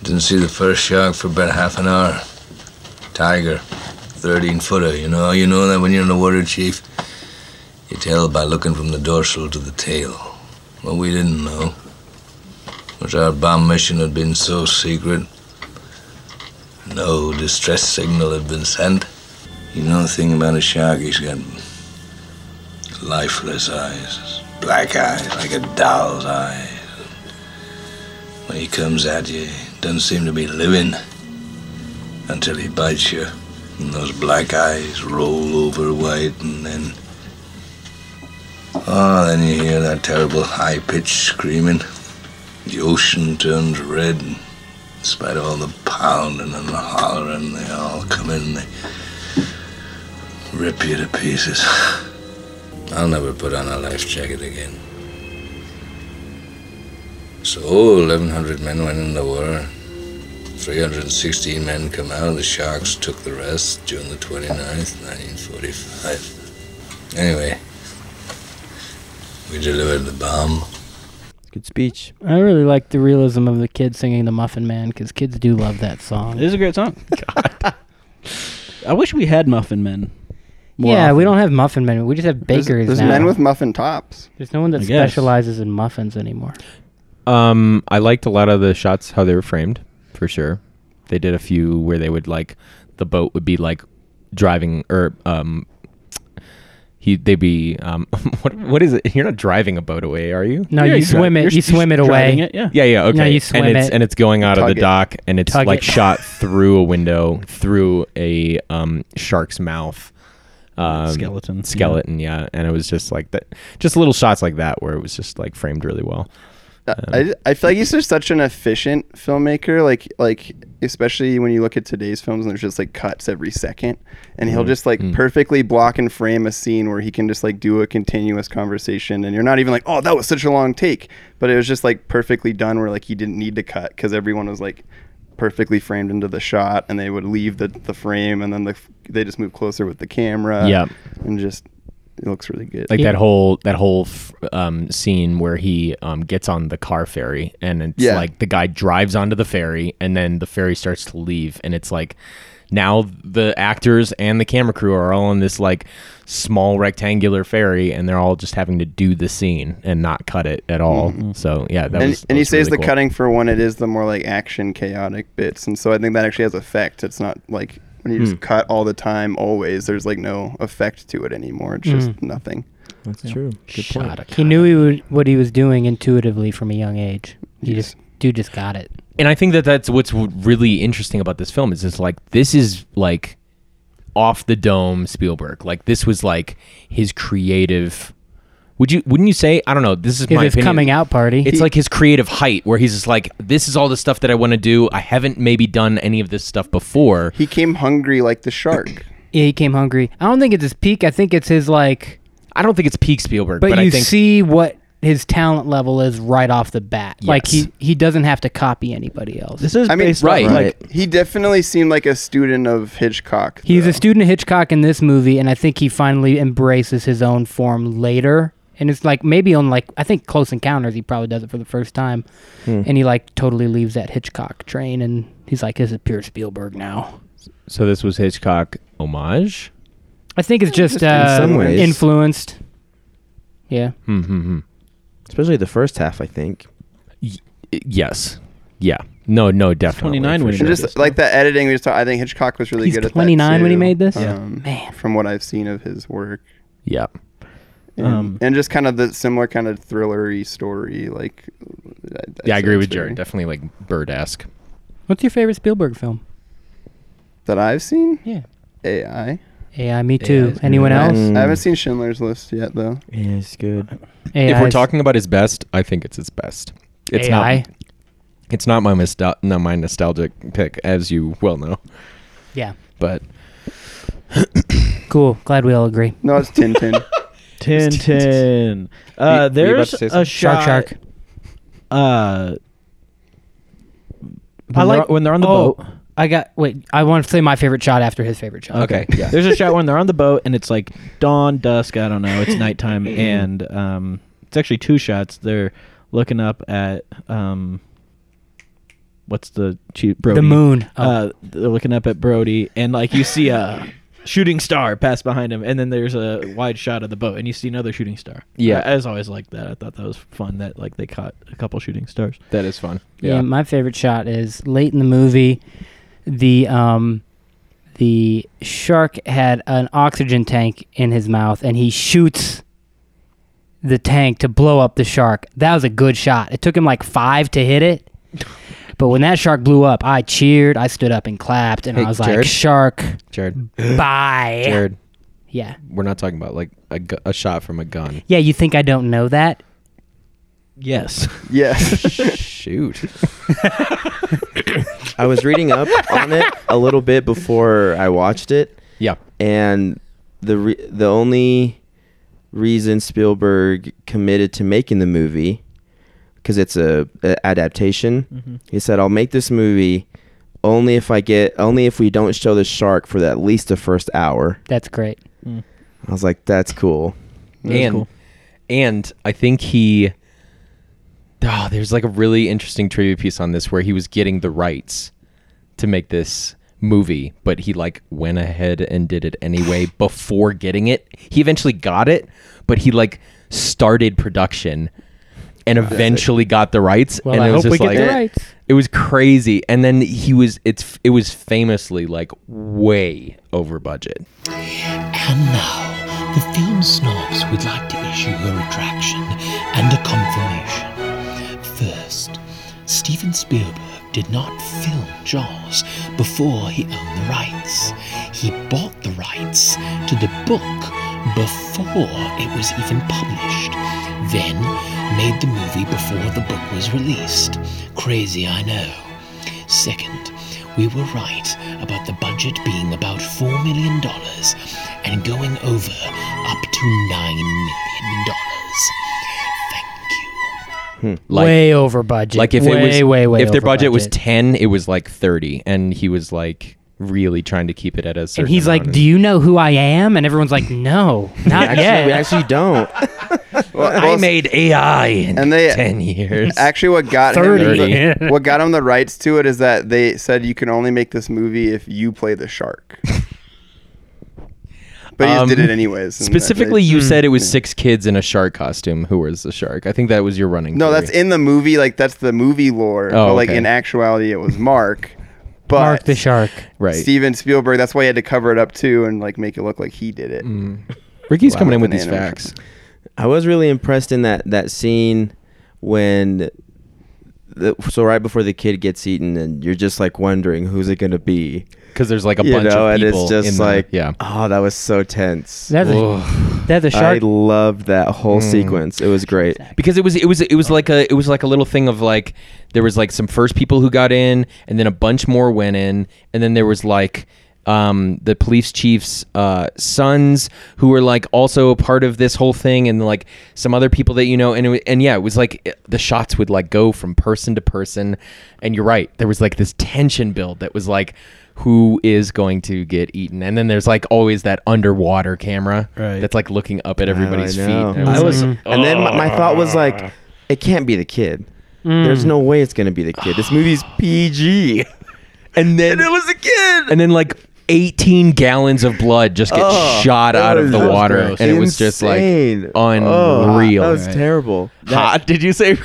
Speaker 8: Didn't see the first shark for about half an hour. Tiger, 13 footer. You know, you know that when you're in the water, Chief. You tell by looking from the dorsal to the tail. What we didn't know was our bomb mission had been so secret. No distress signal had been sent. You know the thing about a shark, he's got lifeless eyes, black eyes, like a doll's eyes. When he comes at you, he doesn't seem to be living until he bites you. And those black eyes roll over white and then Ah, then you hear that terrible high pitched screaming. The ocean turns red, and in spite of all the pounding and the hollering, they all come in and they rip you to pieces. I'll never put on a life jacket again. So, 1,100 men went in the war. 316 men come out. The Sharks took the rest June the 29th, 1945. Anyway, we delivered the bomb.
Speaker 2: Good speech.
Speaker 3: I really like the realism of the kid singing the Muffin Man because kids do love that song.
Speaker 5: It is a great song. I wish we had Muffin Men. more
Speaker 3: yeah, we
Speaker 5: often.
Speaker 3: don't have Muffin Men. We just have
Speaker 1: There's-
Speaker 3: bakers
Speaker 1: there's
Speaker 3: now.
Speaker 1: men with muffin tops.
Speaker 3: There's no one that
Speaker 5: I guess.
Speaker 3: specializes in muffins anymore.
Speaker 4: Um, I liked a lot of the shots how they were framed, for sure. They did a few where they would like the boat would be like driving or um he they'd be um what what is it? You're not driving a boat away, are you?
Speaker 3: No,
Speaker 5: Yeah,
Speaker 3: you
Speaker 5: you're
Speaker 3: swim
Speaker 5: dri- you're
Speaker 3: it. You
Speaker 5: s- you're
Speaker 3: swim it
Speaker 5: driving
Speaker 3: away.
Speaker 5: it, yeah.
Speaker 4: Yeah, yeah, okay.
Speaker 3: No, you swim
Speaker 4: and it's
Speaker 3: it.
Speaker 4: and it's going out of
Speaker 1: Tug
Speaker 4: the
Speaker 1: it.
Speaker 4: dock and it's
Speaker 3: Tug
Speaker 4: like
Speaker 3: it.
Speaker 4: shot through a window, through a um shark's mouth. Um,
Speaker 5: Skeleton, yeah.
Speaker 4: skeleton, yeah. and it was just like that, just little shots like that where it was just like framed really well.
Speaker 1: Uh,
Speaker 4: Um,
Speaker 1: I, I feel like he's just such an efficient filmmaker. Like like especially when you look at today's films and there's just like cuts every second, and
Speaker 4: Mm-hmm.
Speaker 1: he'll just like
Speaker 4: Mm.
Speaker 1: perfectly block and frame a scene where he can just like do a continuous conversation, and you're not even like, oh, that was such a long take, but it was just like perfectly done where like he didn't need to cut because everyone was like perfectly framed into the shot, and they would leave the the frame, and then the, they just move closer with the camera.
Speaker 4: Yep.
Speaker 1: and just It looks really good.
Speaker 4: like
Speaker 3: Yeah.
Speaker 4: that whole that whole f- um, scene where he um, gets on the car ferry and it's
Speaker 1: Yeah.
Speaker 4: like the guy drives onto the ferry and then the ferry starts to leave and it's like now the actors and the camera crew are all on this like small rectangular ferry and they're all just having to do the scene and not cut it at all so yeah that
Speaker 1: Mm-hmm. and,
Speaker 4: was that
Speaker 1: and he
Speaker 4: was
Speaker 1: saves
Speaker 4: really
Speaker 1: the
Speaker 4: cool.
Speaker 1: cutting for when it is the more like action chaotic bits and so i think that actually has effect it's not like when you
Speaker 4: Hmm.
Speaker 1: just cut all the time always there's like no effect to it anymore it's just
Speaker 4: Hmm.
Speaker 1: nothing
Speaker 2: That's true. Good point.
Speaker 3: He knew he would, what he was doing intuitively from a young age. He just dude just got it.
Speaker 4: and I think that that's what's w- really interesting about this film is it's like this is like off the dome Spielberg. Like this was like his creative. Would you? Wouldn't you say? I don't know. This is
Speaker 3: It
Speaker 4: my
Speaker 3: was
Speaker 4: opinion.
Speaker 3: coming out party.
Speaker 4: It's like his creative height, where he's just like, "This is all the stuff that I want to do. I haven't maybe done any of this stuff before."
Speaker 1: he came hungry like the shark
Speaker 3: yeah, he came hungry. I don't think it's his peak. I think it's his like.
Speaker 4: I don't think it's peak Spielberg,
Speaker 3: But,
Speaker 4: but,
Speaker 3: you
Speaker 4: I think
Speaker 3: see what his talent level is right off the bat. Like
Speaker 4: Yes.
Speaker 3: he he doesn't have to copy anybody else.
Speaker 5: This is
Speaker 1: i mean
Speaker 5: based on,
Speaker 4: right.
Speaker 5: like
Speaker 1: he definitely seemed like a student of hitchcock
Speaker 3: He's
Speaker 1: though.
Speaker 3: a student of Hitchcock in this movie, and I think he finally embraces his own form later. And it's like maybe on like I think Close Encounters, he probably does it for the first time, and he like totally leaves that Hitchcock train, and he's like, "This is pure Spielberg now."
Speaker 4: so. This was Hitchcock homage.
Speaker 3: I think it's just, uh,
Speaker 2: some ways.
Speaker 3: influenced. Yeah,
Speaker 4: Mm-hmm.
Speaker 2: Especially the first half, I think.
Speaker 4: Yes. Yeah. No. No. Definitely.
Speaker 5: 29
Speaker 4: for
Speaker 5: when he
Speaker 4: sure.
Speaker 1: and just like the editing we just talked, i think hitchcock was really
Speaker 3: He's
Speaker 1: good at
Speaker 3: 29
Speaker 1: that
Speaker 3: when he
Speaker 1: too,
Speaker 3: made this? Yeah.
Speaker 1: um,
Speaker 3: Man.
Speaker 1: from what i've seen of his work
Speaker 4: Yeah.
Speaker 1: and,
Speaker 5: Um,
Speaker 1: and just kind of the similar kind of thrillery story like I'd- I'd
Speaker 4: Yeah, I
Speaker 1: say
Speaker 4: agree
Speaker 1: it's
Speaker 4: with
Speaker 1: very-
Speaker 4: Jared. Definitely like bird esque.
Speaker 3: What's your favorite Spielberg film?
Speaker 1: that i've seen
Speaker 3: Yeah,
Speaker 1: ai
Speaker 3: AI. Me too.
Speaker 4: it's
Speaker 3: Anyone
Speaker 1: I
Speaker 3: else?
Speaker 1: haven't- I haven't seen Schindler's List yet, though.
Speaker 2: Yeah, it's good.
Speaker 3: AI.
Speaker 4: if we're talking about his best, I think it's his best. It's
Speaker 3: AI.
Speaker 4: not. It's not my nostal- no, my nostalgic pick, as you well know.
Speaker 3: yeah.
Speaker 4: But
Speaker 3: Cool. Glad we all agree.
Speaker 1: No, it's Tintin.
Speaker 5: Tin Tin.
Speaker 4: Were
Speaker 5: Uh,
Speaker 4: you- were you about
Speaker 5: there's
Speaker 4: to say
Speaker 5: a
Speaker 4: something?
Speaker 3: Shark.
Speaker 5: shot.
Speaker 3: Shark.
Speaker 5: Uh, when,
Speaker 3: I like
Speaker 5: they're, when they're on the
Speaker 3: oh,
Speaker 5: boat.
Speaker 3: I got wait. I want to say my favorite shot after his favorite shot.
Speaker 4: Okay, yeah.
Speaker 5: There's a shot when they're on the boat and it's like dawn, dusk, I don't know, it's nighttime and um it's actually two shots. They're looking up at um what's the cheap Brody.
Speaker 3: moon.
Speaker 5: Uh they're looking up at Brody and like you see a shooting star pass behind him and then there's a wide shot of the boat and you see another shooting star.
Speaker 4: Yeah.
Speaker 5: I, I was always like that. I thought that was fun that like they caught a couple shooting stars.
Speaker 4: that is fun.
Speaker 3: Yeah. my favorite shot is late in the movie. The um, the shark had an oxygen tank in his mouth, and he shoots the tank to blow up the shark. That was a good shot. It took him like five to hit it, but when that shark blew up, I cheered, I stood up and clapped, and
Speaker 4: Hey,
Speaker 3: I was like,
Speaker 4: Jared?
Speaker 3: "Shark,
Speaker 4: Jared,
Speaker 3: bye."
Speaker 4: Jared,
Speaker 3: Yeah,
Speaker 4: we're not talking about like a, gu- a shot from a gun.
Speaker 3: yeah. You think I don't know that?
Speaker 5: Yes.
Speaker 1: yes.
Speaker 4: Shoot.
Speaker 2: I was reading up on it a little bit before I watched it,
Speaker 4: Yeah.
Speaker 2: and the re- the only reason Spielberg committed to making the movie because it's a, a adaptation.
Speaker 5: Mm-hmm.
Speaker 2: He said, "I'll make this movie only if I get only if we don't show the shark for the, at least the first hour."
Speaker 3: That's great.
Speaker 2: I was like, "That's cool."
Speaker 4: and and I think he oh, there's like a really interesting trivia piece on this where he was getting the rights to make this movie, but he like went ahead and did it anyway before getting it. He eventually got it, but he like started production and eventually got the rights.
Speaker 3: Well,
Speaker 4: and
Speaker 3: I
Speaker 4: it was
Speaker 3: hope we
Speaker 4: just
Speaker 3: get the
Speaker 4: like-
Speaker 3: rights.
Speaker 4: It was crazy, and then he was it's it was famously like way over budget.
Speaker 9: And now, the film snobs would like to issue a retraction and a confirmation. First, Steven Spielberg did not film Jaws before he owned the rights. He bought the rights to the book before it was even published, then made the movie before the book was released. Crazy, I know. Second, we were right about the budget being about $4 million and going over up to $9 million. Thank you.
Speaker 4: Hmm. Like
Speaker 3: way over budget.
Speaker 4: Like if
Speaker 3: way,
Speaker 4: it was
Speaker 3: way, way
Speaker 4: if their
Speaker 3: over
Speaker 4: budget, was 10, it was like 30 and he was like really trying to keep it at a certain
Speaker 3: and he's like,
Speaker 4: amount.
Speaker 3: "Do you know who I am?" And everyone's like, "No, not
Speaker 2: Actually,
Speaker 3: yet."
Speaker 2: we actually don't.
Speaker 1: I
Speaker 4: made AI in
Speaker 1: And they-
Speaker 4: 10 years.
Speaker 1: Actually, what got him
Speaker 3: 30.
Speaker 1: the, what got him the rights to it is that they said you can only make this movie if you play the shark. But he just
Speaker 4: Um,
Speaker 1: did it anyways. and that-
Speaker 4: Specifically,
Speaker 1: they-
Speaker 4: you
Speaker 3: Hmm.
Speaker 4: said it was six kids in a shark costume. Who was the shark? I think that was your running.
Speaker 1: No, that's
Speaker 4: theory.
Speaker 1: in the movie. Like that's the movie lore.
Speaker 4: Oh,
Speaker 1: but like
Speaker 4: okay.
Speaker 1: in actuality, it was Mark. But
Speaker 3: Mark the Shark.
Speaker 4: right.
Speaker 1: Steven Spielberg. That's why he had to cover it up too and like make it look like he did it.
Speaker 4: Ricky's
Speaker 1: Wow.
Speaker 4: coming in with
Speaker 1: An
Speaker 4: these
Speaker 1: animation.
Speaker 4: facts.
Speaker 2: I was really impressed in that that scene when the, so right before the kid gets eaten and you're just like wondering who's it gonna be,
Speaker 4: because there's like a
Speaker 2: you
Speaker 4: bunch
Speaker 2: know,
Speaker 4: of
Speaker 2: and
Speaker 4: people.
Speaker 2: it's just
Speaker 4: in the-
Speaker 2: like
Speaker 4: yeah.
Speaker 2: oh that was so tense.
Speaker 3: That's
Speaker 4: Ugh.
Speaker 3: a, that's a
Speaker 2: I
Speaker 3: shark.
Speaker 2: loved that whole
Speaker 4: Hmm.
Speaker 2: sequence. It was great.
Speaker 4: because it was it was it was like a it was like a little thing of like there was like some first people who got in and then a bunch more went in and then there was like um, the police chief's uh, sons who were like also a part of this whole thing and like some other people that you know and it, wa- and yeah it was like it- the shots would like go from person to person and you're right there was like this tension build that was like who is going to get eaten and then there's like always that underwater camera
Speaker 5: Right.
Speaker 4: that's like looking up at everybody's feet
Speaker 2: know.
Speaker 4: and
Speaker 2: I
Speaker 4: like,
Speaker 2: was- And then my, my thought was like, it can't be the kid. There's no way it's gonna be the kid. This movie's PG.
Speaker 4: and then it was a kid. And then like 18 gallons of blood just get shot out of the
Speaker 2: That was
Speaker 4: water,
Speaker 2: gross.
Speaker 4: and it was just like
Speaker 2: Insane. Oh,
Speaker 4: unreal.
Speaker 2: that was terrible.
Speaker 4: Hot, did you say?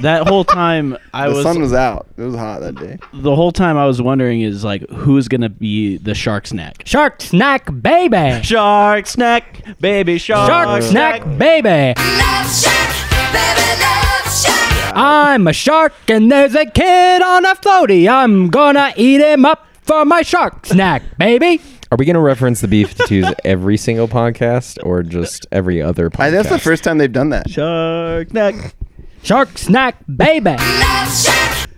Speaker 5: That whole time I
Speaker 1: the
Speaker 5: was
Speaker 1: sun was out. It was hot that day.
Speaker 5: the whole time I was wondering is like who's gonna be the shark snack?
Speaker 3: shark snack baby.
Speaker 5: Shark snack, baby shark.
Speaker 3: Shark snack baby.
Speaker 10: Love shack, baby, love shack.
Speaker 3: I'm a shark and there's a kid on a floaty. I'm gonna eat him up for my shark snack, baby.
Speaker 4: Are we going to reference the B 52s every single podcast or just every other podcast?
Speaker 1: I think that's the first time they've done that.
Speaker 5: Shark snack.
Speaker 3: Shark snack baby.
Speaker 10: Love shack.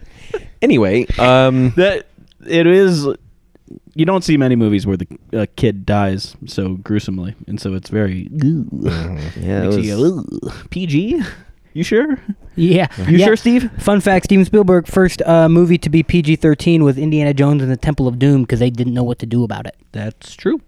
Speaker 4: Anyway, um,
Speaker 5: That it is. You don't see many movies where the uh, kid dies so gruesomely, and so it's very.
Speaker 4: Mm-hmm.
Speaker 2: Yeah, it
Speaker 5: Makes
Speaker 2: was-
Speaker 5: you go, "Ugh, PG. You sure?
Speaker 3: Yeah.
Speaker 5: You
Speaker 3: Yeah.
Speaker 5: sure, Steve?
Speaker 3: Fun fact Steven Spielberg, first uh, movie to be PG 13 was Indiana Jones and the Temple of Doom because they didn't know what to do about it.
Speaker 5: That's true.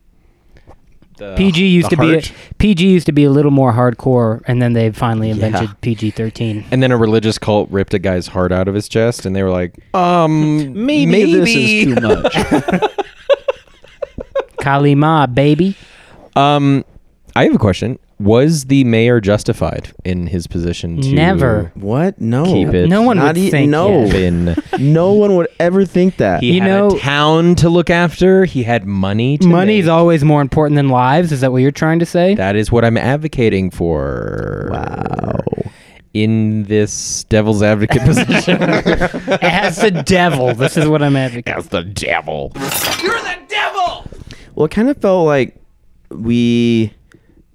Speaker 5: Uh,
Speaker 3: PG used
Speaker 4: the
Speaker 3: to be
Speaker 4: heart.
Speaker 3: PG used to be a little more hardcore, and then they finally invented PG thirteen.
Speaker 4: and then a religious cult ripped a guy's heart out of his chest, and they were like, um,
Speaker 5: Maybe, this is too much.
Speaker 3: Kalima, baby.
Speaker 4: um, I have a question. Was the mayor justified in his position to
Speaker 3: Never.
Speaker 2: What? No.
Speaker 4: Keep it.
Speaker 3: No one
Speaker 2: Not
Speaker 3: would
Speaker 2: e-
Speaker 3: think.
Speaker 2: no.
Speaker 3: it.
Speaker 4: Been
Speaker 2: No one would ever think that.
Speaker 4: He
Speaker 3: You
Speaker 4: had
Speaker 3: know-
Speaker 4: a town to look after. He had money. To
Speaker 3: Money's
Speaker 4: make.
Speaker 3: always more important than lives. Is that what you're trying to say?
Speaker 4: That is what I'm advocating for. Wow. In this devil's advocate position.
Speaker 3: As the devil, this is what I'm advocating.
Speaker 4: That's the devil.
Speaker 2: Well, it kind of felt like we,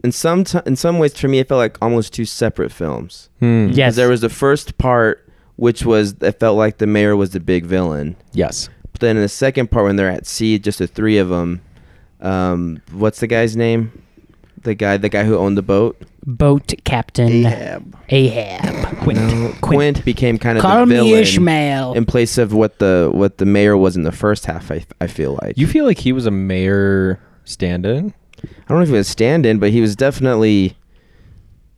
Speaker 2: in some t- in some ways, for me, it felt like almost two separate films.
Speaker 3: Yes,
Speaker 2: There was the first part, which was it felt like the mayor was the big villain.
Speaker 4: Yes.
Speaker 2: But then in the second part, when they're at sea, just the three of them. Um, what's the guy's name? The guy, the guy who owned the boat,
Speaker 3: boat captain
Speaker 1: Ahab.
Speaker 3: Ahab. Quint. Quint.
Speaker 2: Quint, became kind of
Speaker 3: Call
Speaker 2: the
Speaker 3: me
Speaker 2: villain
Speaker 3: Ishmael.
Speaker 2: in place of what the what the mayor was in the first half. I I feel like
Speaker 4: You feel like he was a mayor stand-in?
Speaker 2: I don't know if he was stand-in, but he was definitely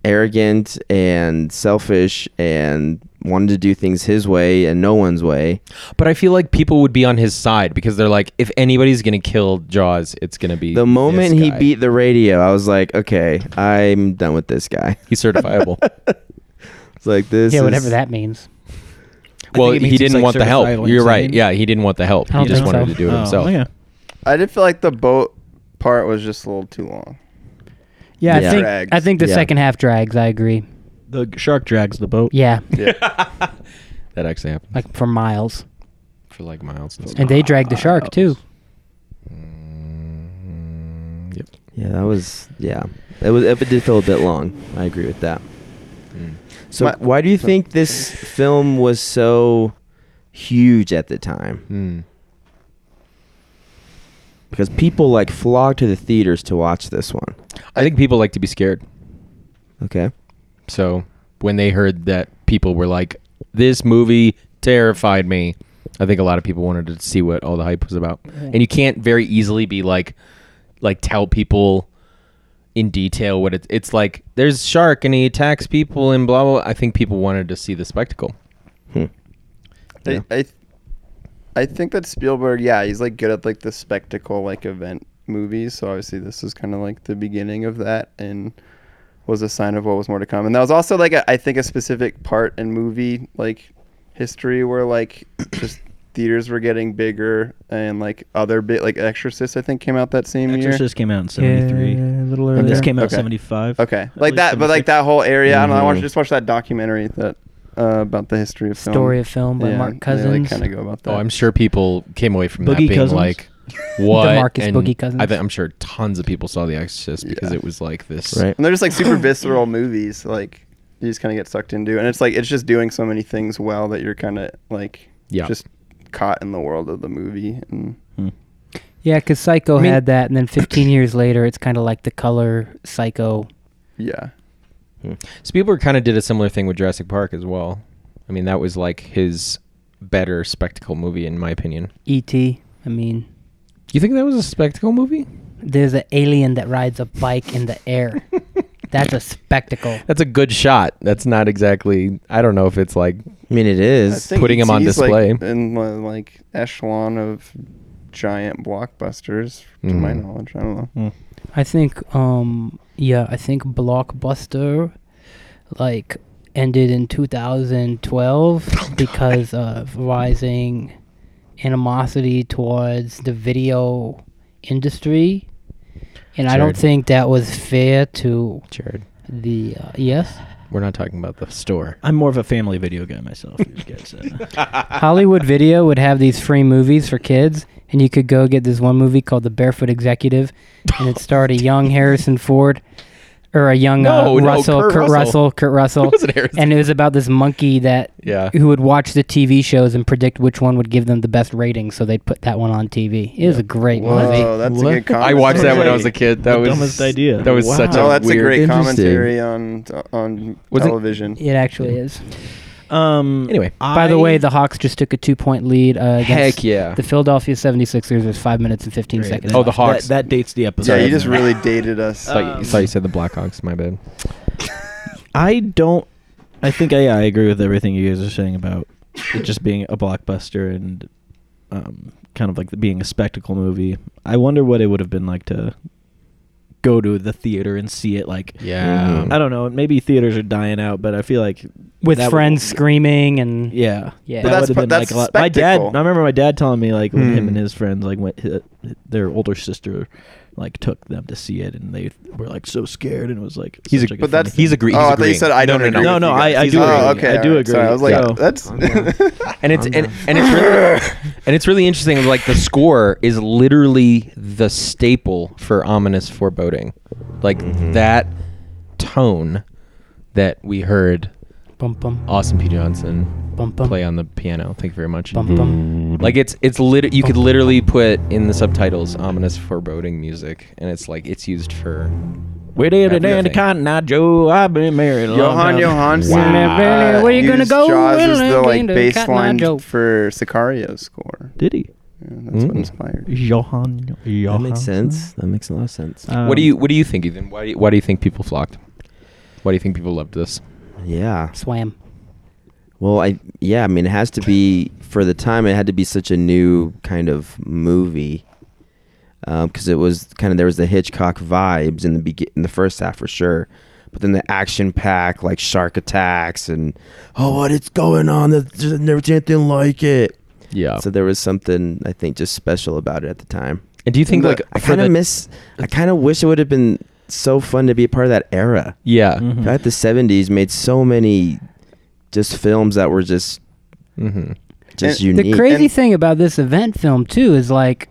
Speaker 2: arrogant and selfish and wanted to do things his way and no one's way.
Speaker 4: But I feel like people would be on his side because they're like, if anybody's gonna kill Jaws, it's gonna be
Speaker 2: The
Speaker 4: this
Speaker 2: moment he
Speaker 4: guy.
Speaker 2: beat the radio, I was like, okay, I'm done with this guy.
Speaker 4: He's certifiable.
Speaker 2: It's like this.
Speaker 3: Yeah,
Speaker 2: is-
Speaker 3: whatever that means.
Speaker 4: well,
Speaker 5: it means
Speaker 4: he
Speaker 5: he's,
Speaker 4: didn't
Speaker 5: like,
Speaker 4: want the help.
Speaker 5: certifiable
Speaker 4: You're
Speaker 5: insane.
Speaker 4: right. Yeah, he didn't want the help.
Speaker 3: I don't
Speaker 4: He just
Speaker 3: think
Speaker 4: wanted
Speaker 3: so.
Speaker 4: to do it
Speaker 5: Oh,
Speaker 4: himself.
Speaker 5: yeah.
Speaker 1: I did feel like the boat part was just a little too long.
Speaker 3: Yeah, I
Speaker 2: Yeah.
Speaker 3: think
Speaker 1: Drags.
Speaker 3: I think the
Speaker 2: Yeah.
Speaker 3: second half drags. I agree.
Speaker 5: The shark drags the boat.
Speaker 3: Yeah,
Speaker 4: That actually happened
Speaker 3: like for miles,
Speaker 4: for like miles.
Speaker 3: and they drag the shark too.
Speaker 4: Yep.
Speaker 2: Yeah, that was yeah. It was it did feel a bit long. I agree with that.
Speaker 4: Mm.
Speaker 2: So
Speaker 1: My-
Speaker 2: why do you think this film was so huge at the time?
Speaker 4: Mm.
Speaker 2: Because people like flocked to the theaters to watch this one.
Speaker 4: I think people like to be scared.
Speaker 2: Okay.
Speaker 4: So when they heard that people were like, "This movie terrified me," I think a lot of people wanted to see what all the hype was about, and you can't very easily be like, like tell people in detail what it, it's like. There's shark and he attacks people and blah blah. I think people wanted to see the spectacle.
Speaker 1: I, I, I think that Spielberg, yeah, he's like good at like the spectacle, like event movies. So obviously, this is kind of like the beginning of that, and was a sign of what was more to come. And that was also like a, I think a specific part in movie like history where like just theaters were getting bigger and like other bit like Exorcist, I think came out that same year.
Speaker 5: Exorcist came out in 73.
Speaker 2: a little
Speaker 5: And this
Speaker 2: earlier.
Speaker 5: came out in
Speaker 1: Okay.
Speaker 5: 75.
Speaker 1: Okay,
Speaker 5: At
Speaker 1: like
Speaker 5: least
Speaker 1: that, but like
Speaker 5: 76.
Speaker 1: that whole area. I don't know. I watched,
Speaker 2: Mhm.
Speaker 1: just watched that documentary that uh, about the history of film.
Speaker 3: Story of film by Mark Cousins.
Speaker 1: kind of go about that.
Speaker 4: Oh, I'm sure people came away from that
Speaker 5: Boogie
Speaker 4: being
Speaker 5: Cousins?
Speaker 4: like, what?
Speaker 3: Marcus Boogie Cousins.
Speaker 4: I think I'm sure tons of people saw The Exorcist because
Speaker 1: Yeah.
Speaker 4: it was like this.
Speaker 2: Right.
Speaker 1: And they're just like super visceral movies. Like you just kind of get sucked into, and it's like it's just doing so many things well that you're kind of like
Speaker 4: Yeah.
Speaker 1: just caught in the world of the movie. And
Speaker 3: Yeah, because Psycho
Speaker 4: I mean-
Speaker 3: had that, and then 15 years later, it's kind of like the color Psycho.
Speaker 1: yeah,
Speaker 4: Hmm. Spielberg kind of did a similar thing with Jurassic Park as well. I mean, that was like his better spectacle movie, in my opinion.
Speaker 3: E.T. E I mean,
Speaker 4: You think that was a spectacle movie?
Speaker 3: there's an alien that rides a bike in the air. That's a spectacle.
Speaker 4: That's a good shot. That's not exactly. I don't know if it's like.
Speaker 2: I mean, it
Speaker 1: I
Speaker 2: is.
Speaker 1: think
Speaker 4: putting 'em on
Speaker 1: ET's, like,
Speaker 4: display.
Speaker 1: in the like echelon of giant blockbusters, to my
Speaker 4: Mhm.
Speaker 1: knowledge. I don't know.
Speaker 3: I think, um, yeah, I think Blockbuster, like, ended in 2012 because of rising animosity towards the video industry. And I don't
Speaker 4: Jared.
Speaker 3: think that was fair to
Speaker 4: Jared,
Speaker 3: the, uh, yes?
Speaker 4: we're not talking about the store.
Speaker 5: I'm more of a family video guy myself. you guys, uh,
Speaker 3: Hollywood Video would have these free movies for kids, and you could go get this one movie called The Barefoot Executive, and it starred a young Harrison Ford or a young
Speaker 4: No,
Speaker 3: uh,
Speaker 4: no,
Speaker 3: Russell,
Speaker 4: Kurt
Speaker 3: Kurt, Russell.
Speaker 4: Russell.
Speaker 3: Kurt Russell,
Speaker 4: wasn't Harrison.
Speaker 3: and it was about this monkey that
Speaker 4: Yeah.
Speaker 3: who would watch the TV shows and predict which one would give them the best ratings, so they'd put that one on TV. It was a great
Speaker 1: Whoa,
Speaker 3: movie.
Speaker 1: that's
Speaker 5: What?
Speaker 1: a good.
Speaker 4: I watched that when I
Speaker 1: commentary.
Speaker 4: was a kid. That
Speaker 5: The
Speaker 4: was
Speaker 5: dumbest idea.
Speaker 4: That was
Speaker 2: Wow.
Speaker 4: such
Speaker 1: No,
Speaker 4: a
Speaker 1: that's
Speaker 4: weird.
Speaker 1: a great
Speaker 2: Interesting.
Speaker 1: commentary on on
Speaker 4: Wasn't-
Speaker 1: television.
Speaker 3: It actually is.
Speaker 5: um,
Speaker 4: Anyway.
Speaker 3: By the
Speaker 5: I-
Speaker 3: way, the Hawks just took a two-point lead uh, against
Speaker 4: Heck yeah.
Speaker 3: the Philadelphia 76ers. There's five minutes and 15
Speaker 5: Great.
Speaker 3: seconds.
Speaker 5: That-
Speaker 4: Oh, the Hawks.
Speaker 5: That, that dates the episode.
Speaker 1: Yeah, you just really dated us.
Speaker 4: Thought you- thought you said the Blackhawks. My bad.
Speaker 5: I don't. I think I, I agree with everything you guys are saying about it just being a blockbuster and um, kind of like the, being a spectacle movie. I wonder what it would have been like to go to the theater and see it. Like,
Speaker 4: Yeah.
Speaker 5: I don't know. Maybe theaters are dying out, but I feel like
Speaker 3: with
Speaker 5: that would-
Speaker 3: friends screaming and
Speaker 5: Yeah,
Speaker 3: Yeah. But
Speaker 1: Mm-hmm.
Speaker 5: That
Speaker 1: that's
Speaker 5: would have
Speaker 1: pa-
Speaker 5: been
Speaker 1: that's
Speaker 5: like a lot. My dad.
Speaker 1: spectacle.
Speaker 5: I remember my dad telling me like when him
Speaker 4: Hmm.
Speaker 5: and his friends like went, hi- their older sister like took them to see it, and they were like so scared, and it was like
Speaker 4: He's
Speaker 5: such,
Speaker 4: a-
Speaker 5: like,
Speaker 1: But that's
Speaker 5: funny
Speaker 4: He's agreeing.
Speaker 1: Oh, I
Speaker 4: He's
Speaker 1: thought you
Speaker 4: agreeing.
Speaker 1: said I
Speaker 4: No,
Speaker 1: don't
Speaker 4: no, no.
Speaker 1: agree
Speaker 5: No,
Speaker 1: with
Speaker 5: no,
Speaker 1: you
Speaker 5: I-
Speaker 1: guys.
Speaker 5: I
Speaker 1: Oh,
Speaker 5: do agree.
Speaker 1: okay,
Speaker 5: I do
Speaker 1: alright. Sorry,
Speaker 5: agree.
Speaker 1: I was like,
Speaker 5: Yeah.
Speaker 1: oh, that's
Speaker 4: and it's and, and it's really and it's really interesting like the score is literally the staple for ominous foreboding like that tone that we heard
Speaker 3: Bum bum
Speaker 4: awesome p johnson
Speaker 3: bum bum.
Speaker 4: play on the piano thank you very much
Speaker 3: Bum bum.
Speaker 4: like it's it's lit you could literally put in the subtitles ominous foreboding music and it's like it's used for
Speaker 5: We did it
Speaker 4: Everything.
Speaker 5: in the continent, Joe. I've been married a long
Speaker 1: Johan
Speaker 5: time.
Speaker 1: Johansson.
Speaker 3: Wow. Where you gonna
Speaker 1: used
Speaker 3: go?
Speaker 1: Jaws
Speaker 3: Well,
Speaker 1: is
Speaker 3: I'm
Speaker 1: the like
Speaker 3: going to the Cotton Eye Joe.
Speaker 1: baseline for Sicario's score.
Speaker 5: Did he?
Speaker 1: Yeah, that's what
Speaker 4: Mm.
Speaker 1: inspired.
Speaker 5: Johan.
Speaker 2: That makes sense. That makes a lot of sense.
Speaker 4: what do you what do you think ethan why do you, why do you think people flocked why do you think people loved this
Speaker 2: yeah.
Speaker 3: Swam.
Speaker 2: Well, I yeah, I mean, it has to be for the time. It had to be such a new kind of movie because it was kind of there was the Hitchcock vibes in the begin in the first half for sure, but then the action pack like shark attacks and oh, what is going on? There's there's never seen anything like it.
Speaker 4: yeah
Speaker 2: So there was something I think just special about it at the time.
Speaker 4: and do you think
Speaker 1: the-
Speaker 4: like
Speaker 2: I
Speaker 4: for
Speaker 2: kind of
Speaker 4: the-
Speaker 2: miss. I kind of wish it would have been so fun to be a part of that era.
Speaker 4: yeah
Speaker 5: Mhm.
Speaker 2: Throughout the '70s, made so many just films that were just
Speaker 4: mm-hmm.
Speaker 2: just
Speaker 1: And-
Speaker 2: unique.
Speaker 3: The crazy
Speaker 1: And-
Speaker 3: thing about this event film too is like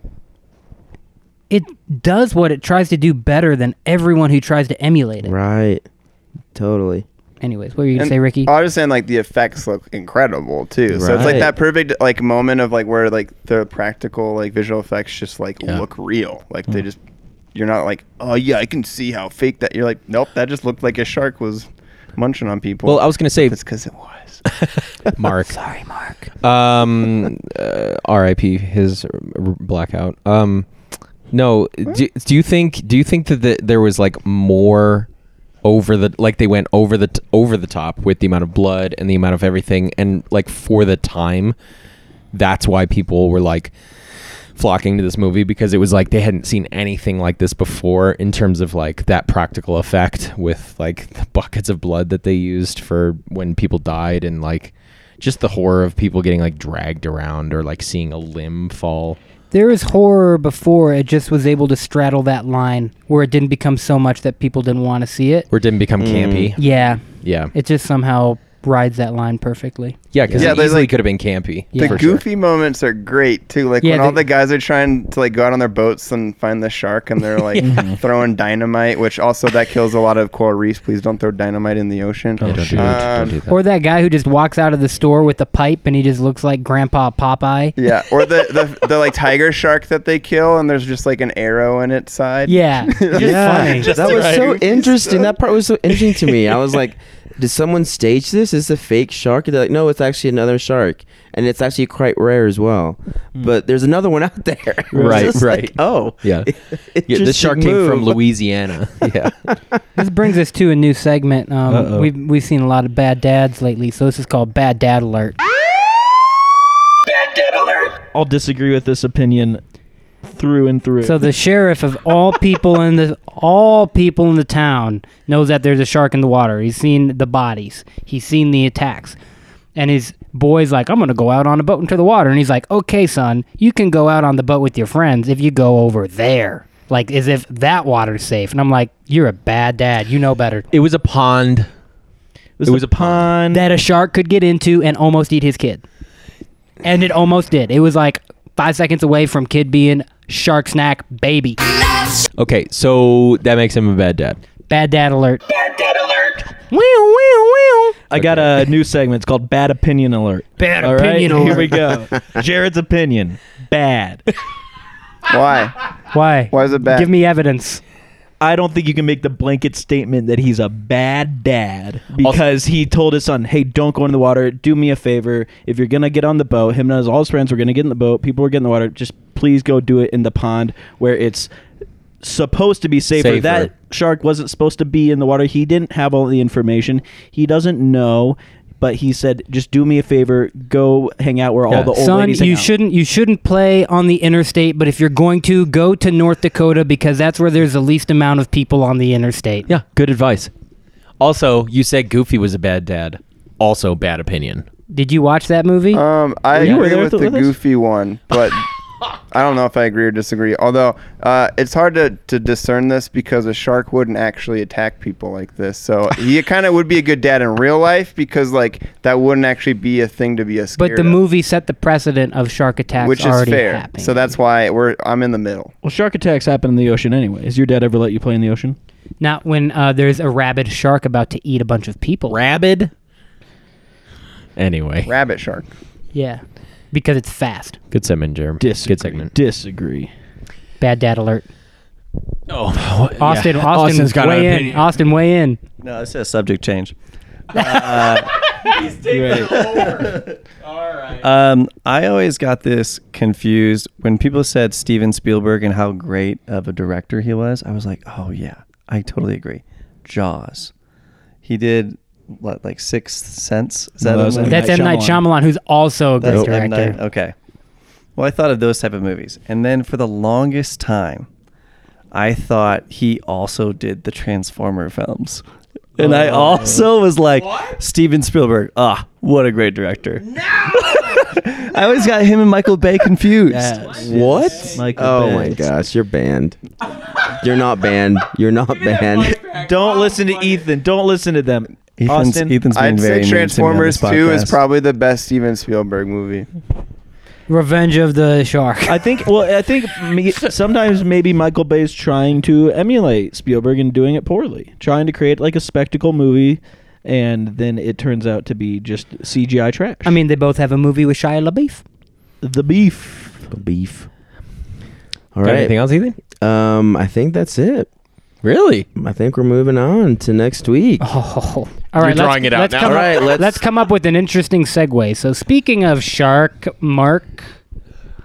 Speaker 3: it does what it tries to do better than everyone who tries to emulate it.
Speaker 2: Right. Totally.
Speaker 3: Anyways, what were you gonna
Speaker 1: And
Speaker 3: say, Ricky?
Speaker 1: I was just saying like the effects look incredible too. So it's
Speaker 2: Right.
Speaker 1: like that perfect like moment of like where like the practical like visual effects just like look real. Like
Speaker 4: Mm.
Speaker 1: they just you're not like, oh yeah, I can see how fake that. You're like, nope, that just looked like a shark was munching on people.
Speaker 4: Well, I was gonna say
Speaker 1: it's because it was.
Speaker 4: Mark. Sorry, Mark. Um, uh, R.I.P. His r- blackout. Um, no. Do, do you think? Do you think that the, there was like more over the like they went over the t- over the top with the amount of blood and the amount of everything and like for the time, that's why people were like flocking to this movie because it was like they hadn't seen anything like this before in terms of like that practical effect with like the buckets of blood that they used for when people died and like just the horror of people getting like dragged around or like seeing a limb fall.
Speaker 3: There was horror before. It just was able to straddle that line where it didn't become so much that people didn't want to see it.
Speaker 4: Or it didn't become
Speaker 1: Mm.
Speaker 4: campy.
Speaker 3: Yeah.
Speaker 4: Yeah.
Speaker 3: It just somehow rides that line perfectly.
Speaker 4: Yeah, because
Speaker 1: Yeah,
Speaker 4: it
Speaker 1: they,
Speaker 4: easily
Speaker 1: like-
Speaker 4: could have been campy.
Speaker 3: Yeah.
Speaker 1: The
Speaker 4: for sure.
Speaker 1: goofy moments are great too. Like
Speaker 3: Yeah,
Speaker 1: when all
Speaker 3: they-
Speaker 1: the guys are trying to like go out on their boats and find the shark, and they're like throwing dynamite, which also that kills a lot of coral reefs. Please don't throw dynamite in the ocean.
Speaker 3: Oh,
Speaker 4: Yeah, don't do that.
Speaker 1: Um,
Speaker 4: Don't do that.
Speaker 3: Or that guy who just walks out of the store with a pipe and he just looks like Grandpa Popeye.
Speaker 1: yeah, or the, the the like tiger shark that they kill, and there's just like an arrow in its side.
Speaker 3: Yeah. It's just funny.
Speaker 2: that was so interesting. That part was so interesting to me. I was like, did someone stage this? Is this a fake shark? And they're like, no, it's actually another shark, and it's actually quite rare as well. But there's another one out there. It's
Speaker 4: Hmm. Right,
Speaker 2: just
Speaker 4: right.
Speaker 2: like, oh,
Speaker 4: Yeah. yeah
Speaker 2: interesting
Speaker 4: this shark came from
Speaker 2: move.
Speaker 4: Louisiana. yeah.
Speaker 3: this brings us to a new segment. Um,
Speaker 5: Uh-oh.
Speaker 3: we've, we've seen a lot of bad dads lately, so this is called Bad Dad Alert.
Speaker 5: I'll disagree with this opinion through and through.
Speaker 3: So the sheriff of all people in the all people in the town knows that there's a shark in the water. He's seen the bodies. He's seen the attacks. And his boy's like, I'm gonna go out on a boat into the water. And he's like, Okay, son, you can go out on the boat with your friends if you go over there. Like as if that water's safe. And I'm like, You're a bad dad. You know better.
Speaker 4: It was a pond.
Speaker 5: was
Speaker 4: it was a pond.
Speaker 3: That a shark could get into and almost eat his kid. And it almost did. It was like five seconds away from kid being shark snack baby.
Speaker 4: Okay, so that makes him a bad dad.
Speaker 3: Bad dad alert.
Speaker 5: I got a new segment. It's called Bad Opinion Alert.
Speaker 3: Bad
Speaker 5: All right,
Speaker 3: opinion
Speaker 5: here
Speaker 3: alert.
Speaker 5: we go. Jared's opinion. Bad.
Speaker 1: Why?
Speaker 3: Why?
Speaker 1: Why is it bad?
Speaker 3: Give me evidence.
Speaker 5: I don't think you can make the blanket statement that he's a bad dad because he told his son, "Hey, don't go in the water. Do me a favor. If you're gonna get on the boat, him and his all his friends were gonna get in the boat. People were getting in the water. Just please go do it in the pond where it's supposed to be safer.
Speaker 4: Safer.
Speaker 5: That shark wasn't supposed to be in the water. He didn't have all the information. He doesn't know." But he said, "Just do me a favor. Go hang out where
Speaker 4: Yeah.
Speaker 5: all the old
Speaker 3: Son,
Speaker 5: ladies hang
Speaker 3: you
Speaker 5: out."
Speaker 3: shouldn't you shouldn't play on the interstate, but if you're going to, go to North Dakota because that's where there's the least amount of people on the interstate.
Speaker 4: Yeah, good advice. Also, you said Goofy was a bad dad. Also, bad opinion.
Speaker 3: Did you watch that movie?
Speaker 1: Um, I
Speaker 5: you were
Speaker 1: agree
Speaker 5: there
Speaker 1: with
Speaker 5: with
Speaker 1: the
Speaker 5: the- with us?
Speaker 1: goofy one, but I don't know if I agree or disagree. Although uh, it's hard to, to discern this because a shark wouldn't actually attack people like this. So he kind of would be a good dad in real life because like that wouldn't actually be a thing to be a.
Speaker 3: but the movie set the precedent of shark attacks
Speaker 1: which is
Speaker 3: already
Speaker 1: fair,
Speaker 3: happening.
Speaker 1: so that's why we're I'm in the middle.
Speaker 5: Well, shark attacks happen in the ocean anyway. Has your dad ever let you play in the ocean?
Speaker 3: not when uh, there's a rabid shark about to eat a bunch of people.
Speaker 4: Rabid. Anyway,
Speaker 1: Rabbit shark.
Speaker 3: yeah, because it's fast.
Speaker 4: good segment, Jeremy.
Speaker 5: Disagree.
Speaker 4: Good segment.
Speaker 5: Disagree.
Speaker 3: Bad dad alert.
Speaker 4: Oh,
Speaker 3: Austin, Austin,
Speaker 4: Austin's got an
Speaker 3: weigh in.
Speaker 4: opinion.
Speaker 3: Austin, weigh in.
Speaker 6: No, this is a subject change. Um, I always got this confused when people said Steven Spielberg and how great of a director he was. I was like, oh yeah, I totally agree. Jaws, he did what like Sixth Sense. Is
Speaker 5: No, that
Speaker 6: M.
Speaker 5: was
Speaker 6: Night?
Speaker 3: That's M Night Shyamalan, who's also a great
Speaker 6: That's
Speaker 3: director.
Speaker 6: M. Night- Okay. Well, I thought of those type of movies, and then for the longest time, I thought he also did the Transformer films. And I also was like, Steven Spielberg, ah, what a great director. No! I always got him and Michael Bay confused.
Speaker 2: What?
Speaker 5: Michael
Speaker 2: oh
Speaker 5: Bay.
Speaker 2: my gosh, you're banned. You're not banned. You're not banned.
Speaker 5: Don't listen to Ethan. Don't listen to them.
Speaker 6: Ethan's,
Speaker 5: Austin,
Speaker 6: Ethan's been
Speaker 1: I'd
Speaker 6: very
Speaker 1: say
Speaker 6: mean to me on
Speaker 1: Transformers
Speaker 6: this
Speaker 1: 2 is
Speaker 6: podcast.
Speaker 1: probably the best Steven Spielberg movie.
Speaker 3: Revenge of the Shark.
Speaker 5: I think. Well, I think me, sometimes maybe Michael Bay is trying to emulate Spielberg and doing it poorly, trying to create like a spectacle movie, and then it turns out to be just CGI trash.
Speaker 3: I mean, they both have a movie with Shia LaBeouf.
Speaker 5: the beef.
Speaker 2: Beef. All
Speaker 4: Got anything
Speaker 2: right.
Speaker 4: else, Ethan?
Speaker 2: Um, I think that's it.
Speaker 4: Really?
Speaker 2: I think we're moving on to next week.
Speaker 3: Oh, all right.
Speaker 4: drawing
Speaker 3: let's,
Speaker 4: it out
Speaker 3: let's
Speaker 4: now.
Speaker 3: Come
Speaker 4: All
Speaker 3: up,
Speaker 2: right, let's-
Speaker 3: let's, come up with an interesting segue. So, speaking of shark, Mark,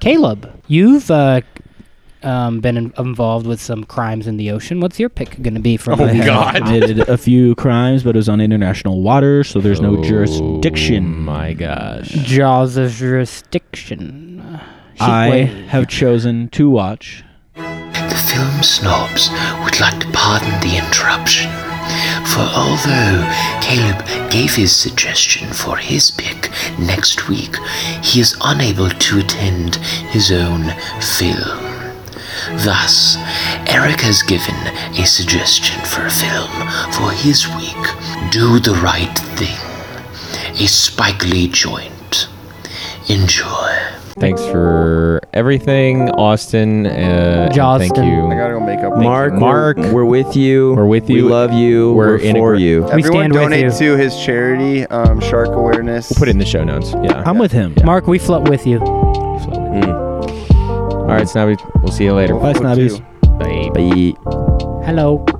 Speaker 3: Caleb, you've uh, um, been in- involved with some crimes in the ocean. What's your pick going to be for?
Speaker 5: I
Speaker 4: Oh,
Speaker 5: have
Speaker 4: God.
Speaker 5: committed a few crimes, but it was on international water, so there's no
Speaker 4: Oh
Speaker 5: jurisdiction.
Speaker 4: my gosh.
Speaker 3: Jaws of jurisdiction. Sheep
Speaker 5: I
Speaker 3: whale.
Speaker 5: have chosen to watch.
Speaker 9: The film snobs would like to pardon the interruption, for although Caleb gave his suggestion for his pick next week, he is unable to attend his own film. Thus, Eric has given a suggestion for a film for his week Do the Right Thing, a Spike Lee joint. Enjoy.
Speaker 4: Thanks for everything, Austin. Uh, and
Speaker 3: Justin.
Speaker 4: Thank
Speaker 1: I
Speaker 4: you.
Speaker 1: gotta go make up.
Speaker 2: Mark,
Speaker 4: Mark.
Speaker 2: we're, we're with you.
Speaker 4: We're with you.
Speaker 2: We love you.
Speaker 4: We're
Speaker 2: We're,
Speaker 4: in
Speaker 2: for
Speaker 4: agree-
Speaker 2: you.
Speaker 3: We
Speaker 1: Everyone
Speaker 3: stand with
Speaker 1: donate
Speaker 3: you.
Speaker 1: to his charity, um, Shark Awareness.
Speaker 4: Put it in the show notes. Yeah.
Speaker 5: I'm with him.
Speaker 3: Mark, we float with you.
Speaker 4: All Mm. right, Snobby. We'll see you later.
Speaker 5: Bye,
Speaker 1: Go to.
Speaker 5: Snobbies.
Speaker 4: Bye.
Speaker 2: Bye.
Speaker 3: Hello.